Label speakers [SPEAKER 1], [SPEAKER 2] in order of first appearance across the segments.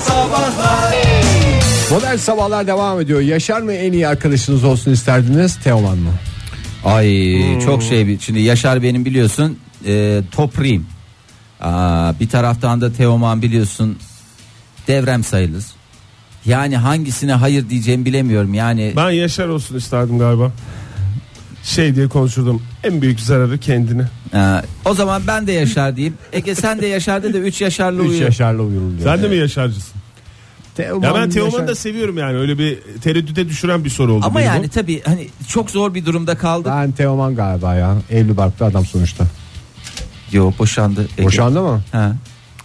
[SPEAKER 1] Sabahlar
[SPEAKER 2] Modern sabahlar devam ediyor. Yaşar mı en iyi arkadaşınız olsun isterdiniz? Teoman mı?
[SPEAKER 3] Ay
[SPEAKER 2] Hmm.
[SPEAKER 3] çok şey bir- şimdi Yaşar benim biliyorsun e, topriyim. Aa, bir taraftan da Teoman biliyorsun devrem sayılır. Yani hangisine hayır diyeceğimi bilemiyorum. Yani
[SPEAKER 4] Ben Yaşar olsun isterdim galiba. Şey diye konuşurdum. En büyük zararı kendine.
[SPEAKER 3] e, o zaman ben de Yaşar diyeyim. Ege sen de Yaşar de de 3 Yaşarlı
[SPEAKER 2] 3
[SPEAKER 3] uyuyor.
[SPEAKER 2] Yaşar'la uyurum diyor.
[SPEAKER 4] Sen de mi Yaşarcısın?
[SPEAKER 2] Teoman
[SPEAKER 4] Ya ben
[SPEAKER 2] mı,
[SPEAKER 4] Teoman'ı
[SPEAKER 2] Yaşar-
[SPEAKER 4] da seviyorum yani. Öyle bir tereddüte düşüren bir soru oldu.
[SPEAKER 3] Ama
[SPEAKER 4] benim
[SPEAKER 3] yani
[SPEAKER 4] bu.
[SPEAKER 3] tabii hani çok zor bir durumda kaldık.
[SPEAKER 2] Ben Teoman galiba ya. Evli barklı adam sonuçta.
[SPEAKER 3] Yo boşandı. Ege.
[SPEAKER 2] Boşandı mı?
[SPEAKER 3] Ha.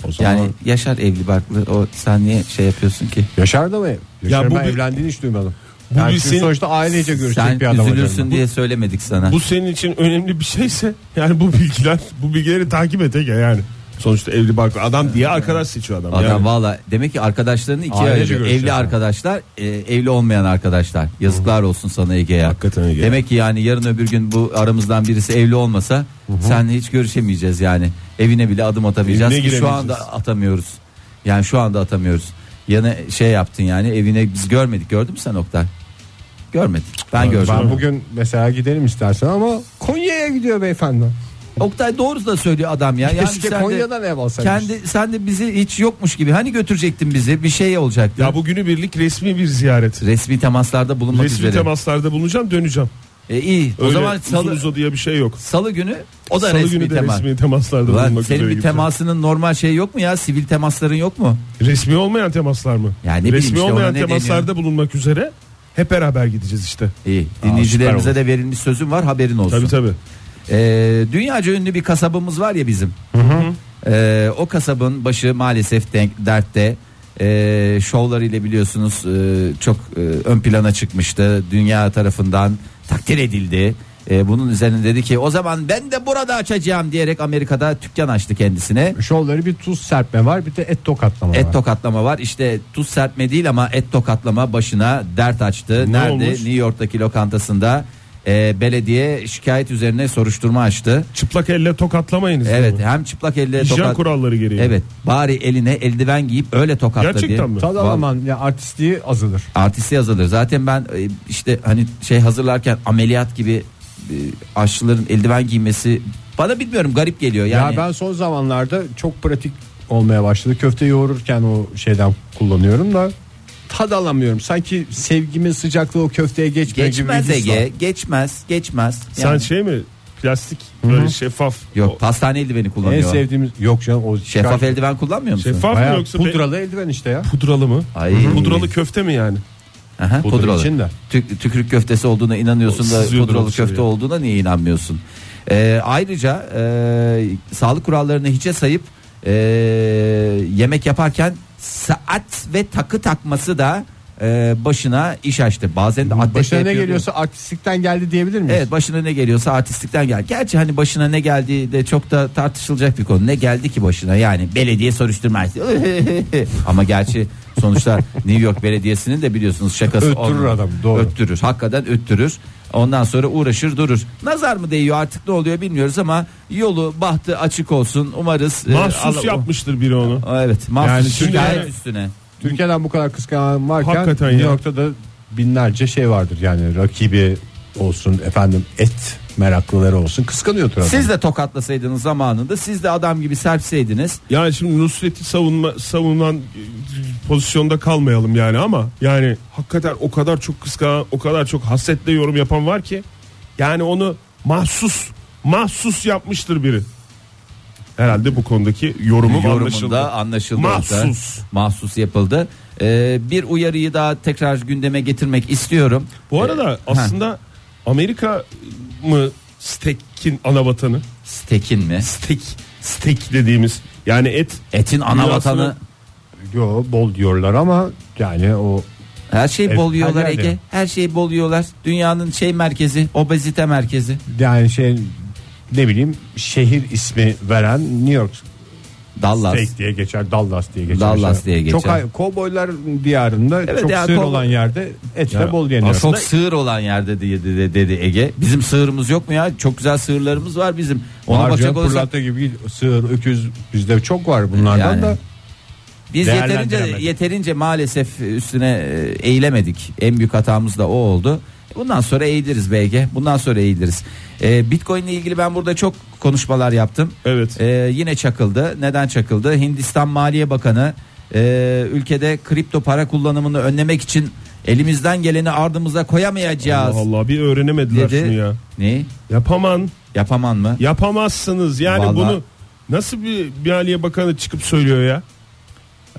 [SPEAKER 2] O zaman
[SPEAKER 3] Yani
[SPEAKER 2] yani
[SPEAKER 3] Yaşar evli barklı o sen niye şey yapıyorsun ki?
[SPEAKER 2] Yaşar da mı? Yaşar
[SPEAKER 4] Ya bu
[SPEAKER 2] ben
[SPEAKER 4] bir-
[SPEAKER 2] evlendiğini hiç duymadım.
[SPEAKER 4] Bu
[SPEAKER 2] yani
[SPEAKER 4] bir
[SPEAKER 2] çünkü
[SPEAKER 4] senin-
[SPEAKER 2] sonuçta ailece görüşecek
[SPEAKER 3] Sen
[SPEAKER 2] bir adam.
[SPEAKER 3] üzülürsün
[SPEAKER 2] acaba.
[SPEAKER 3] diye söylemedik sana.
[SPEAKER 4] Bu senin için önemli bir şeyse yani bu bilgiler bu bilgileri takip et Ege yani. Sonuçta evli barklı adam diye arkadaş seçiyor adam.
[SPEAKER 3] Adam
[SPEAKER 4] yani.
[SPEAKER 3] valla demek ki arkadaşlarını ikiye
[SPEAKER 2] Ailece
[SPEAKER 3] ayırıyor.
[SPEAKER 2] görüşecek
[SPEAKER 3] Evli
[SPEAKER 2] yani.
[SPEAKER 3] arkadaşlar, e, evli olmayan arkadaşlar. Yazıklar olsun sana Ege'ye.
[SPEAKER 4] Hakikaten Ege.
[SPEAKER 3] Demek ki yani yarın öbür gün bu aramızdan birisi evli olmasa sen hiç görüşemeyeceğiz yani. Evine bile adım atamayacağız
[SPEAKER 4] Evine
[SPEAKER 3] ki şu
[SPEAKER 4] giremeyeceğiz.
[SPEAKER 3] anda atamıyoruz. Yani şu anda atamıyoruz. Yana şey yaptın yani evine biz görmedik gördün mü sen Oktay? Görmedik. Ben gördüm.
[SPEAKER 2] Ben bugün mesela gidelim istersen ama Konya'ya gidiyor beyefendi.
[SPEAKER 3] Oktay doğru da söylüyor adam ya. Yani
[SPEAKER 2] Keşke
[SPEAKER 3] sen de-
[SPEAKER 2] Konya'dan ev alsaymış.
[SPEAKER 3] kendi sen de bizi hiç yokmuş gibi. Hani götürecektin bizi bir şey olacaktı.
[SPEAKER 4] Ya bu günü birlik resmi bir ziyaret.
[SPEAKER 3] Resmi temaslarda bulunmak
[SPEAKER 4] Resmi
[SPEAKER 3] üzere.
[SPEAKER 4] temaslarda bulunacağım döneceğim.
[SPEAKER 3] E, iyi. O
[SPEAKER 4] Öyle
[SPEAKER 3] zaman
[SPEAKER 4] uzun
[SPEAKER 3] salı,
[SPEAKER 4] uzadıya bir şey yok.
[SPEAKER 3] salı günü o da
[SPEAKER 4] Salı
[SPEAKER 3] resmi
[SPEAKER 4] günü de
[SPEAKER 3] temas.
[SPEAKER 4] resmi temaslarda
[SPEAKER 3] Ulan
[SPEAKER 4] bulunmak üzere
[SPEAKER 3] senin bir
[SPEAKER 4] gideceğim.
[SPEAKER 3] temasının normal şey yok mu ya? Sivil temasların yok mu?
[SPEAKER 4] Resmi olmayan temaslar mı?
[SPEAKER 3] Yani ne bileyim
[SPEAKER 4] resmi
[SPEAKER 3] işte ona
[SPEAKER 4] olmayan
[SPEAKER 3] ne deniyor?
[SPEAKER 4] temaslarda bulunmak üzere hep beraber gideceğiz işte.
[SPEAKER 3] İyi.
[SPEAKER 4] Aa,
[SPEAKER 3] Dinleyicilerimize
[SPEAKER 4] süper
[SPEAKER 3] de verilmiş sözüm var haberin olsun.
[SPEAKER 4] Tabii tabii.
[SPEAKER 3] Ee, dünyaca ünlü bir kasabımız var ya bizim. Ee, o kasabın başı maalesef denk, dertte. Ee, şovlarıyla biliyorsunuz e, çok e, ön plana çıkmıştı. Dünya tarafından takdir edildi. Ee, bunun üzerine dedi ki o zaman ben de burada açacağım diyerek Amerika'da dükkan açtı kendisine.
[SPEAKER 2] Şovları bir tuz serpme var bir de et tokatlama var.
[SPEAKER 3] Et tokatlama var. İşte tuz serpme değil ama et tokatlama başına dert açtı.
[SPEAKER 4] Ne
[SPEAKER 3] Nerede?
[SPEAKER 4] olmuş?
[SPEAKER 3] New York'taki lokantasında e, belediye şikayet üzerine soruşturma açtı.
[SPEAKER 4] Çıplak elle tokatlamayınız.
[SPEAKER 3] Evet
[SPEAKER 4] diyor.
[SPEAKER 3] hem çıplak elle
[SPEAKER 4] Hijyen
[SPEAKER 3] tokat.
[SPEAKER 4] kuralları gereği.
[SPEAKER 3] Evet bari eline eldiven giyip öyle tokatla diye.
[SPEAKER 4] Gerçekten mi?
[SPEAKER 2] Tadı
[SPEAKER 3] Vallahi-
[SPEAKER 2] aman ya artistliği azalır.
[SPEAKER 3] Artisti yazılır. Zaten ben e, işte hani şey hazırlarken ameliyat gibi e, aşçıların eldiven giymesi bana bilmiyorum garip geliyor. Yani
[SPEAKER 2] Ya ben son zamanlarda çok pratik olmaya başladı. Köfte yoğururken o şeyden kullanıyorum da tad alamıyorum. Sanki sevgimin sıcaklığı o köfteye geçmiyor gibi bir
[SPEAKER 3] geçmez
[SPEAKER 2] his var.
[SPEAKER 3] Ege, geçmez, geçmez.
[SPEAKER 4] Sen
[SPEAKER 3] Yani-
[SPEAKER 4] şey mi? Plastik böyle şeffaf.
[SPEAKER 3] Yok, pastane eldiveni
[SPEAKER 2] En
[SPEAKER 3] kullanıyor.
[SPEAKER 2] sevdiğimiz yok canım o
[SPEAKER 3] Şeffaf
[SPEAKER 2] çıkar-
[SPEAKER 3] eldiven kullanmıyor musun?
[SPEAKER 4] Şeffaf mı
[SPEAKER 2] Bayağı
[SPEAKER 4] yoksa
[SPEAKER 2] pudralı eldiven işte ya.
[SPEAKER 4] be- pudralı mı?
[SPEAKER 3] Ay.
[SPEAKER 4] Pudralı köfte mi yani?
[SPEAKER 3] Aha,
[SPEAKER 2] Pudra
[SPEAKER 3] pudralı.
[SPEAKER 2] için de.
[SPEAKER 3] Tük- tükürük köftesi olduğuna inanıyorsun da
[SPEAKER 4] Sızıyordur
[SPEAKER 3] pudralı
[SPEAKER 4] o dışarıya.
[SPEAKER 3] köfte olduğuna niye inanmıyorsun? Ee, ayrıca e, sağlık kurallarını hiçe sayıp e, yemek yaparken saat ve takı takması da e, başına iş açtı. Bazen de atletle
[SPEAKER 2] Başına ne
[SPEAKER 3] yapıyor
[SPEAKER 2] geliyorsa artistlikten geldi diyebilir miyiz?
[SPEAKER 3] diyor. Evet başına ne geliyorsa artistlikten gel. Gerçi hani başına ne geldiği de çok da tartışılacak bir konu. Ne geldi ki başına yani belediye soruşturma. açtı. Ama gerçi sonuçta New York Belediyesi'nin de biliyorsunuz şakası
[SPEAKER 2] Öttürür
[SPEAKER 3] olmuyor.
[SPEAKER 2] adam, doğru.
[SPEAKER 3] Öttürür hakikaten öttürür. Ondan sonra uğraşır durur. Nazar mı değiyor artık ne oluyor bilmiyoruz ama yolu bahtı açık olsun umarız. e,
[SPEAKER 4] Mahsus
[SPEAKER 3] Allah-
[SPEAKER 4] yapmıştır biri onu.
[SPEAKER 3] Evet mahsus
[SPEAKER 2] Yani çünkü-
[SPEAKER 3] şikayet üstüne.
[SPEAKER 2] Türkiye'den bu kadar kıskanan varken
[SPEAKER 4] Hakikaten
[SPEAKER 2] New
[SPEAKER 4] ya.
[SPEAKER 2] York'ta da binlerce şey vardır yani rakibi olsun efendim et meraklıları olsun kıskanıyordur adam.
[SPEAKER 3] Siz de tokatlasaydınız zamanında siz de adam gibi serpseydiniz
[SPEAKER 4] Yani şimdi Nusret'i savunma, savunan e, pozisyonda kalmayalım yani ama yani hakikaten o kadar çok kıskanan, o kadar çok hasetle yorum yapan var ki yani onu mahsus mahsus yapmıştır biri. Herhalde bu konudaki yorumum anlaşıldı.
[SPEAKER 3] yorumunda anlaşıldı. orada.
[SPEAKER 4] Mahsus.
[SPEAKER 3] Mahsus yapıldı. Ee, bir uyarıyı daha tekrar gündeme getirmek istiyorum.
[SPEAKER 4] Bu arada aslında Amerika mı Stek'in ana vatanı?
[SPEAKER 3] Stekin mi?
[SPEAKER 4] Stek, stek dediğimiz yani et
[SPEAKER 3] Etin ana
[SPEAKER 4] Dünyasının-
[SPEAKER 3] vatanı.
[SPEAKER 2] Yo, bol diyorlar ama yani o
[SPEAKER 3] Her şey
[SPEAKER 2] Evet,
[SPEAKER 3] bol yiyorlar
[SPEAKER 2] her yerde.
[SPEAKER 3] Ege. Her şey bol yiyorlar. Dünyanın şey merkezi, obezite merkezi.
[SPEAKER 2] yani şey ne bileyim şehir ismi veren New York
[SPEAKER 3] Dallas.
[SPEAKER 2] Steak diye geçer, Dallas diye geçer.
[SPEAKER 3] Dallas
[SPEAKER 2] Şey.
[SPEAKER 3] diye geçer.
[SPEAKER 2] Çok hay- kovboylar diyarında
[SPEAKER 3] Evet,
[SPEAKER 2] çok
[SPEAKER 3] ya,
[SPEAKER 2] sığır
[SPEAKER 3] kovboy-
[SPEAKER 2] olan yerde et de
[SPEAKER 4] Ya,
[SPEAKER 2] bol yeniyor.
[SPEAKER 4] aslında-
[SPEAKER 3] Çok sığır olan yerde dedi, dedi, dedi Ege. Bizim sığırımız yok mu ya? Çok güzel sığırlarımız var bizim. Ona
[SPEAKER 2] Harcıyor,
[SPEAKER 3] bakacak olursak
[SPEAKER 2] pırlanta gibi değil. sığır, öküz bizde çok var bunlardan
[SPEAKER 3] Yani.
[SPEAKER 2] da.
[SPEAKER 3] Biz yeterince
[SPEAKER 2] Değerlendiremedik.
[SPEAKER 3] yeterince maalesef üstüne e, eğilemedik. En büyük hatamız da o oldu. Bundan sonra eğiliriz BG. Bundan sonra eğiliriz. E, Bitcoin ile ilgili ben burada çok konuşmalar yaptım.
[SPEAKER 4] Evet.
[SPEAKER 3] E, yine çakıldı. Neden çakıldı? Hindistan Maliye Bakanı e, ülkede kripto para kullanımını önlemek için elimizden geleni ardımıza koyamayacağız
[SPEAKER 4] Allah Allah bir öğrenemediler şunu
[SPEAKER 3] dedi.
[SPEAKER 4] ya.
[SPEAKER 3] Ne?
[SPEAKER 4] Yapaman,
[SPEAKER 3] Yapaman mı?
[SPEAKER 4] yapamazsınız. Yani
[SPEAKER 3] Vallahi-
[SPEAKER 4] bunu nasıl bir Maliye Bakanı çıkıp söylüyor ya?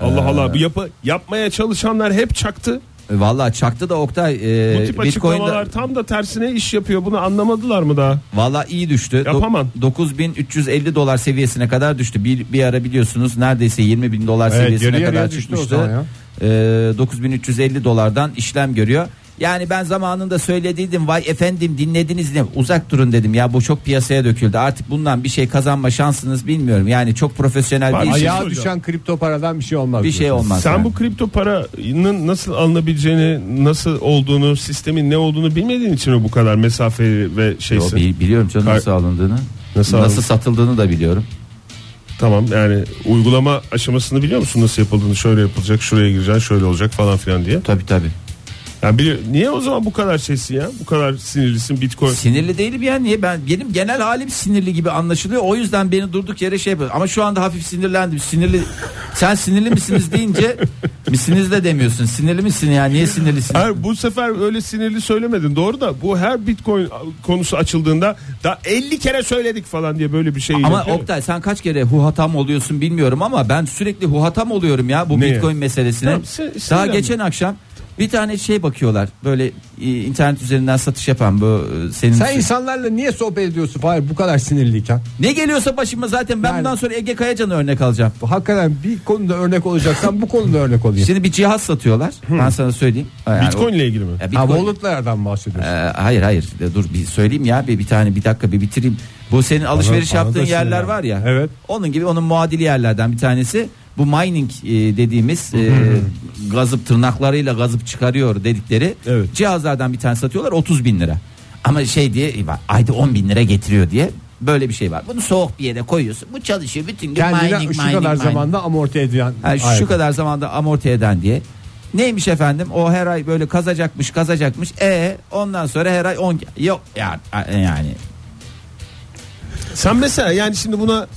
[SPEAKER 4] Allah Allah. Bu
[SPEAKER 3] Ee,
[SPEAKER 4] yapı, yapmaya çalışanlar hep çaktı.
[SPEAKER 3] E, Vallahi çaktı da Oktay
[SPEAKER 4] Bu
[SPEAKER 3] e,
[SPEAKER 4] tip
[SPEAKER 3] Bitcoin'da
[SPEAKER 4] açıklamalar tam da tersine iş yapıyor. Bunu anlamadılar mı daha?
[SPEAKER 3] Valla iyi düştü. Do-
[SPEAKER 4] Yapamam.
[SPEAKER 3] 9350 dolar seviyesine kadar düştü. Bir, bir ara biliyorsunuz neredeyse 20 bin dolar
[SPEAKER 2] Evet,
[SPEAKER 3] seviyesine
[SPEAKER 2] yarı yarıya
[SPEAKER 3] kadar
[SPEAKER 2] düştü o zaman ya.
[SPEAKER 3] çıkmıştı. Ee, 9350 dolardan işlem görüyor. Yani ben zamanında söylediydim vay efendim dinlediniz ne uzak durun dedim ya bu çok piyasaya döküldü artık bundan bir şey kazanma şansınız bilmiyorum yani çok profesyonel
[SPEAKER 4] Bak,
[SPEAKER 3] bir, iş-
[SPEAKER 4] ayak-
[SPEAKER 2] Ayağa
[SPEAKER 4] söyleyeceğim.
[SPEAKER 2] düşen kripto paradan bir şey olmaz.
[SPEAKER 3] bir şey
[SPEAKER 2] diyorsun.
[SPEAKER 3] olmaz.
[SPEAKER 4] Sen
[SPEAKER 3] yani.
[SPEAKER 4] bu kripto paranın nasıl alınabileceğini, nasıl olduğunu, sistemin ne olduğunu bilmediğin için mi bu kadar mesafeyi ve
[SPEAKER 3] Yo,
[SPEAKER 4] şeysin?
[SPEAKER 3] bi- biliyorum canım
[SPEAKER 4] Kar-
[SPEAKER 3] nasıl alındığını
[SPEAKER 4] Nasıl
[SPEAKER 3] nasıl,
[SPEAKER 4] alındığını?
[SPEAKER 3] satıldığını da biliyorum.
[SPEAKER 4] Tamam yani uygulama aşamasını biliyor musun nasıl yapıldığını? Şöyle yapılacak, şuraya gireceksin, şöyle olacak falan filan diye.
[SPEAKER 3] Tabi tabi.
[SPEAKER 4] Yani bili- niye o zaman bu kadar şeysin ya? Bu kadar sinirlisin Bitcoin.
[SPEAKER 3] Sinirli değilim yani niye ben benim genel halim sinirli gibi anlaşılıyor. O yüzden beni durduk yere şey yapıyor. Ama şu anda hafif sinirlendim. Sinirli sen sinirli misiniz deyince misiniz de demiyorsun. Sinirli misin ya? Niye sinirlisin?
[SPEAKER 4] Her bu sefer öyle sinirli söylemedin doğru da bu her Bitcoin konusu açıldığında da 50 kere söyledik falan diye böyle bir şey.
[SPEAKER 3] Ama
[SPEAKER 4] yapıyor.
[SPEAKER 3] Oktay sen kaç kere huhatam oluyorsun bilmiyorum ama ben sürekli huhatam oluyorum ya bu
[SPEAKER 4] Neye?
[SPEAKER 3] Bitcoin meselesine.
[SPEAKER 4] Tamam, sin-
[SPEAKER 3] Daha
[SPEAKER 4] sinirlenme.
[SPEAKER 3] geçen akşam bir tane şey bakıyorlar. Böyle e, internet üzerinden satış yapan bu e, senin
[SPEAKER 2] Sen insanlarla niye sohbet ediyorsun? Hayır bu kadar sinirliyken.
[SPEAKER 3] Ne geliyorsa başıma zaten ben
[SPEAKER 2] Yani-
[SPEAKER 3] bundan sonra Ege Kayacan'ı örnek alacağım.
[SPEAKER 2] Bu Hakikaten bir konuda örnek olacaksan bu konuda örnek olayım.
[SPEAKER 3] Şimdi bir cihaz satıyorlar. Ben sana söyleyeyim. Yani o-
[SPEAKER 4] Bitcoin ile ilgili mi?
[SPEAKER 2] Ha,
[SPEAKER 3] Ya Bitcoin-
[SPEAKER 2] wallet'lardan bahsediyorsun.
[SPEAKER 3] Ee, hayır hayır E, dur bir söyleyeyim ya bir, bir tane bir dakika bir bitireyim. Bu senin alışveriş
[SPEAKER 2] bana da
[SPEAKER 3] yaptığın
[SPEAKER 2] sinirlen.
[SPEAKER 3] yerler var ya.
[SPEAKER 2] Evet.
[SPEAKER 3] Onun gibi onun muadili yerlerden bir tanesi bu mining e, dediğimiz e, gazıp tırnaklarıyla gazıp çıkarıyor dedikleri
[SPEAKER 4] Evet.
[SPEAKER 3] cihazlardan bir tane satıyorlar 30 bin lira. Ama şey diye e, bak, ayda 10 bin lira getiriyor diye böyle bir şey var. Bunu soğuk bir yere koyuyorsun. Bu çalışıyor bütün gün
[SPEAKER 2] Kendine
[SPEAKER 3] mining
[SPEAKER 2] şu
[SPEAKER 3] mining
[SPEAKER 2] kadar
[SPEAKER 3] mining.
[SPEAKER 2] zamanda amorti edilen.
[SPEAKER 3] Ha, şu
[SPEAKER 2] alet.
[SPEAKER 3] kadar zamanda amorti eden diye. Neymiş efendim? O her ay böyle kazacakmış, kazacakmış. E ondan sonra her ay 10 yok ya yani.
[SPEAKER 4] Sen mesela yani şimdi buna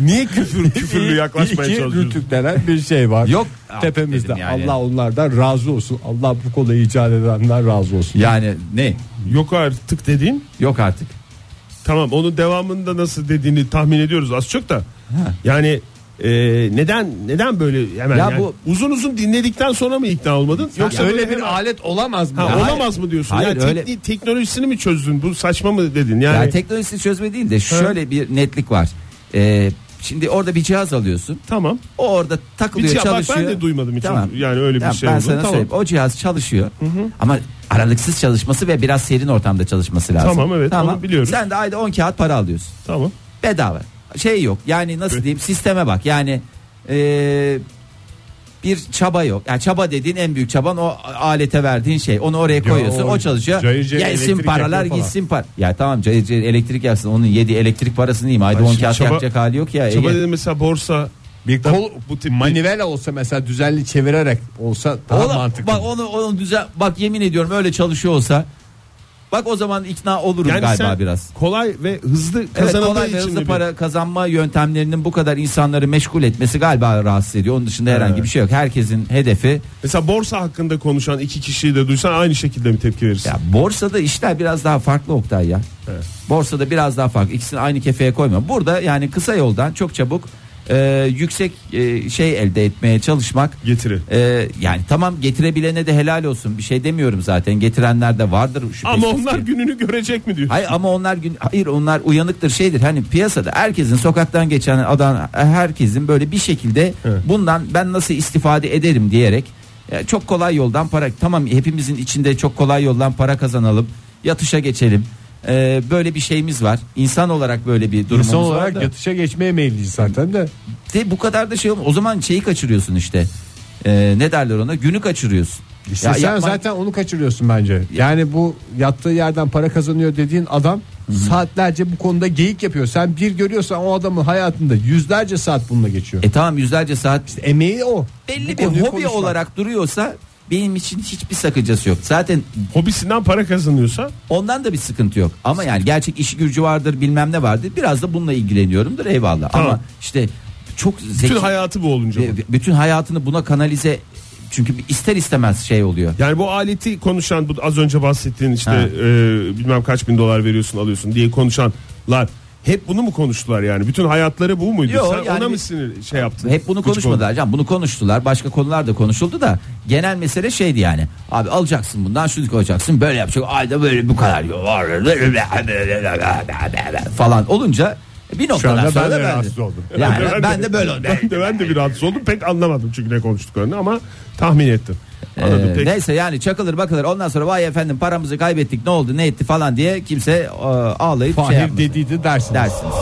[SPEAKER 4] niye küfür küfürlü yaklaşmaya
[SPEAKER 2] İki
[SPEAKER 4] çalışıyorsun?
[SPEAKER 2] rütük denen bir şey var.
[SPEAKER 3] Yok.
[SPEAKER 2] Tepemizde.
[SPEAKER 3] Dedim yani.
[SPEAKER 2] Allah onlardan razı olsun. Allah bu konuda icat edenler razı olsun.
[SPEAKER 3] Yani ne?
[SPEAKER 4] Yok artık dediğin
[SPEAKER 3] Yok artık.
[SPEAKER 4] tamam onun devamında nasıl dediğini tahmin ediyoruz az çok da. Yani e, neden neden böyle hemen
[SPEAKER 3] Ya
[SPEAKER 4] yani
[SPEAKER 3] bu-
[SPEAKER 4] uzun uzun dinledikten sonra mı ikna olmadın? Yoksa
[SPEAKER 2] öyle
[SPEAKER 4] böyle
[SPEAKER 2] bir
[SPEAKER 4] hemen-
[SPEAKER 2] alet olamaz mı?
[SPEAKER 4] Ha,
[SPEAKER 2] Ya?
[SPEAKER 4] olamaz mı diyorsun?
[SPEAKER 3] Hayır,
[SPEAKER 4] yani
[SPEAKER 3] öyle-
[SPEAKER 4] tekni- teknolojisini mi çözdün? Bu saçma mı dedin? Yani,
[SPEAKER 3] Yani teknolojisi çözme değil de şöyle bir netlik var. E, şimdi orada bir cihaz alıyorsun.
[SPEAKER 4] tamam.
[SPEAKER 3] O orada takılıyor
[SPEAKER 4] Bir cihaz- bak ben
[SPEAKER 3] çalışıyor.
[SPEAKER 4] de duymadım hiç yani öyle bir şey
[SPEAKER 3] Ben
[SPEAKER 4] olduğunu.
[SPEAKER 3] sana
[SPEAKER 4] Tamam.
[SPEAKER 3] söyleyeyim. O cihaz çalışıyor. Ama aralıksız çalışması ve biraz serin ortamda çalışması lazım.
[SPEAKER 4] Tamam, evet, onu biliyoruz.
[SPEAKER 3] Sen de ayda 10 kağıt para alıyorsun.
[SPEAKER 4] Tamam.
[SPEAKER 3] bedava. Şey yok yani nasıl diyeyim sisteme bak yani eee, bir çaba yok. Yani çaba dediğin en büyük çaban o alete verdiğin şey. Onu oraya koyuyorsun.
[SPEAKER 2] o
[SPEAKER 3] o çalışıyor.
[SPEAKER 2] cayır cayır
[SPEAKER 3] gelsin
[SPEAKER 2] elektrik
[SPEAKER 3] paralar
[SPEAKER 2] yapıyor falan.
[SPEAKER 3] gitsin par. Ya tamam cayır cayır elektrik yapsın. Onun yedi elektrik parasını yiyeyim. Ayda
[SPEAKER 4] Ay
[SPEAKER 3] 10
[SPEAKER 4] şimdi
[SPEAKER 3] kağıt
[SPEAKER 4] çaba-
[SPEAKER 3] yapacak hali yok ya.
[SPEAKER 4] Çaba
[SPEAKER 3] Ege.
[SPEAKER 4] dedim mesela borsa
[SPEAKER 2] Bir
[SPEAKER 4] Tabii
[SPEAKER 2] kol
[SPEAKER 4] bu
[SPEAKER 2] bu
[SPEAKER 4] tip-
[SPEAKER 2] manivela olsa mesela düzenli çevirerek olsa daha
[SPEAKER 3] Ola-
[SPEAKER 2] mantıklı.
[SPEAKER 3] Bak onu onu düzen bak yemin ediyorum öyle çalışıyor olsa bak o zaman ikna olurum
[SPEAKER 4] yani
[SPEAKER 3] galiba
[SPEAKER 4] sen
[SPEAKER 3] biraz.
[SPEAKER 4] kolay ve hızlı
[SPEAKER 3] Evet,
[SPEAKER 4] kazanıldığı
[SPEAKER 3] kolay ve
[SPEAKER 4] için mi
[SPEAKER 3] hızlı
[SPEAKER 4] bir-
[SPEAKER 3] para kazanma yöntemlerinin bu kadar insanları meşgul etmesi galiba rahatsız ediyor. Onun dışında herhangi
[SPEAKER 4] Evet.
[SPEAKER 3] bir şey yok. Herkesin hedefi
[SPEAKER 4] Mesela borsa hakkında konuşan iki kişiyi de duysan aynı şekilde mi tepki verirsin?
[SPEAKER 3] ya borsada işler biraz daha farklı Oktay ya.
[SPEAKER 4] Evet.
[SPEAKER 3] Borsada biraz daha farklı. İkisini aynı kefeye koyma. Burada yani kısa yoldan çok çabuk e, yüksek e, şey elde etmeye çalışmak
[SPEAKER 4] Getiri.
[SPEAKER 3] e, yani tamam getirebilene de helal olsun. Bir şey demiyorum zaten. Getirenler de vardır şüphesiz.
[SPEAKER 4] Ama onlar
[SPEAKER 3] ki.
[SPEAKER 4] gününü görecek mi diyor?
[SPEAKER 3] Hayır ama onlar gün hayır onlar uyanıktır şeydir hani piyasada herkesin sokaktan geçen adam herkesin böyle bir şekilde
[SPEAKER 4] Evet.
[SPEAKER 3] bundan ben nasıl istifade ederim diyerek e, çok kolay yoldan para tamam hepimizin içinde çok kolay yoldan para kazanalım yatışa geçelim E, böyle bir şeyimiz var insan olarak böyle bir durumumuz
[SPEAKER 2] İnsan
[SPEAKER 3] var
[SPEAKER 2] olarak
[SPEAKER 3] da.
[SPEAKER 2] yatışa geçmeye meyilliyiz zaten de.
[SPEAKER 3] De bu kadar da şey olmaz o zaman şeyi kaçırıyorsun işte E, ne derler ona günü kaçırıyorsun
[SPEAKER 2] İşte
[SPEAKER 3] Ya
[SPEAKER 2] sen
[SPEAKER 3] yapma-
[SPEAKER 2] zaten onu kaçırıyorsun bence. Yani bu yattığı yerden para kazanıyor dediğin adam saatlerce bu konuda geyik yapıyor. Sen bir görüyorsan o adamın hayatında yüzlerce saat bununla geçiyor.
[SPEAKER 3] E tamam yüzlerce saat
[SPEAKER 2] Emeği o. Bu
[SPEAKER 3] belli bir
[SPEAKER 2] konuyu
[SPEAKER 3] hobi
[SPEAKER 2] konuşmak.
[SPEAKER 3] olarak duruyorsa benim için hiçbir sakıncası yok. Zaten
[SPEAKER 4] Hobisinden para kazanıyorsa
[SPEAKER 3] ondan da bir sıkıntı yok. Ama yani gerçek iş gücü vardır bilmem ne vardır. Biraz da bununla ilgileniyorumdur eyvallah.
[SPEAKER 4] Tamam.
[SPEAKER 3] Ama işte çok zeki.
[SPEAKER 4] bütün hayatı bu olunca. bu.
[SPEAKER 3] Ve- ve bütün hayatını buna kanalize çünkü bir ister istemez şey oluyor.
[SPEAKER 4] Yani bu aleti konuşan bu az önce bahsettiğin
[SPEAKER 3] Ha.
[SPEAKER 4] işte e, bilmem kaç bin dolar veriyorsun alıyorsun diye konuşanlar hep bunu mu konuştular yani? Bütün hayatları bu muydu?
[SPEAKER 3] Yo,
[SPEAKER 4] Sen
[SPEAKER 3] yani
[SPEAKER 4] ona
[SPEAKER 3] bir-
[SPEAKER 4] mı sinir şey yaptın?
[SPEAKER 3] Hep bunu
[SPEAKER 4] Gıcık
[SPEAKER 3] konuşmadılar canım. Bunu konuştular. Başka konular da konuşuldu da genel mesele şeydi yani. Abi alacaksın bundan şunu koyacaksın. Böyle yapacak. Ayda böyle bu kadar falan olunca bir
[SPEAKER 2] Şu
[SPEAKER 3] noktadan
[SPEAKER 2] anda
[SPEAKER 3] sonra
[SPEAKER 2] ben de
[SPEAKER 3] da ben
[SPEAKER 2] rahatsız oldum.
[SPEAKER 3] Yani ben, de böyle oldum.
[SPEAKER 4] Ben de, ben de bir rahatsız oldum. Pek anlamadım çünkü ne konuştuklarını ama tahmin ettim. Anladım.
[SPEAKER 3] Ee,
[SPEAKER 4] Pek
[SPEAKER 3] neyse yani çakılır bakılır ondan sonra vay efendim paramızı kaybettik ne oldu ne etti falan diye kimse e, ağlayıp şey
[SPEAKER 2] Fahir
[SPEAKER 3] yapmasın.
[SPEAKER 2] dediydi dersin.
[SPEAKER 3] dersiniz.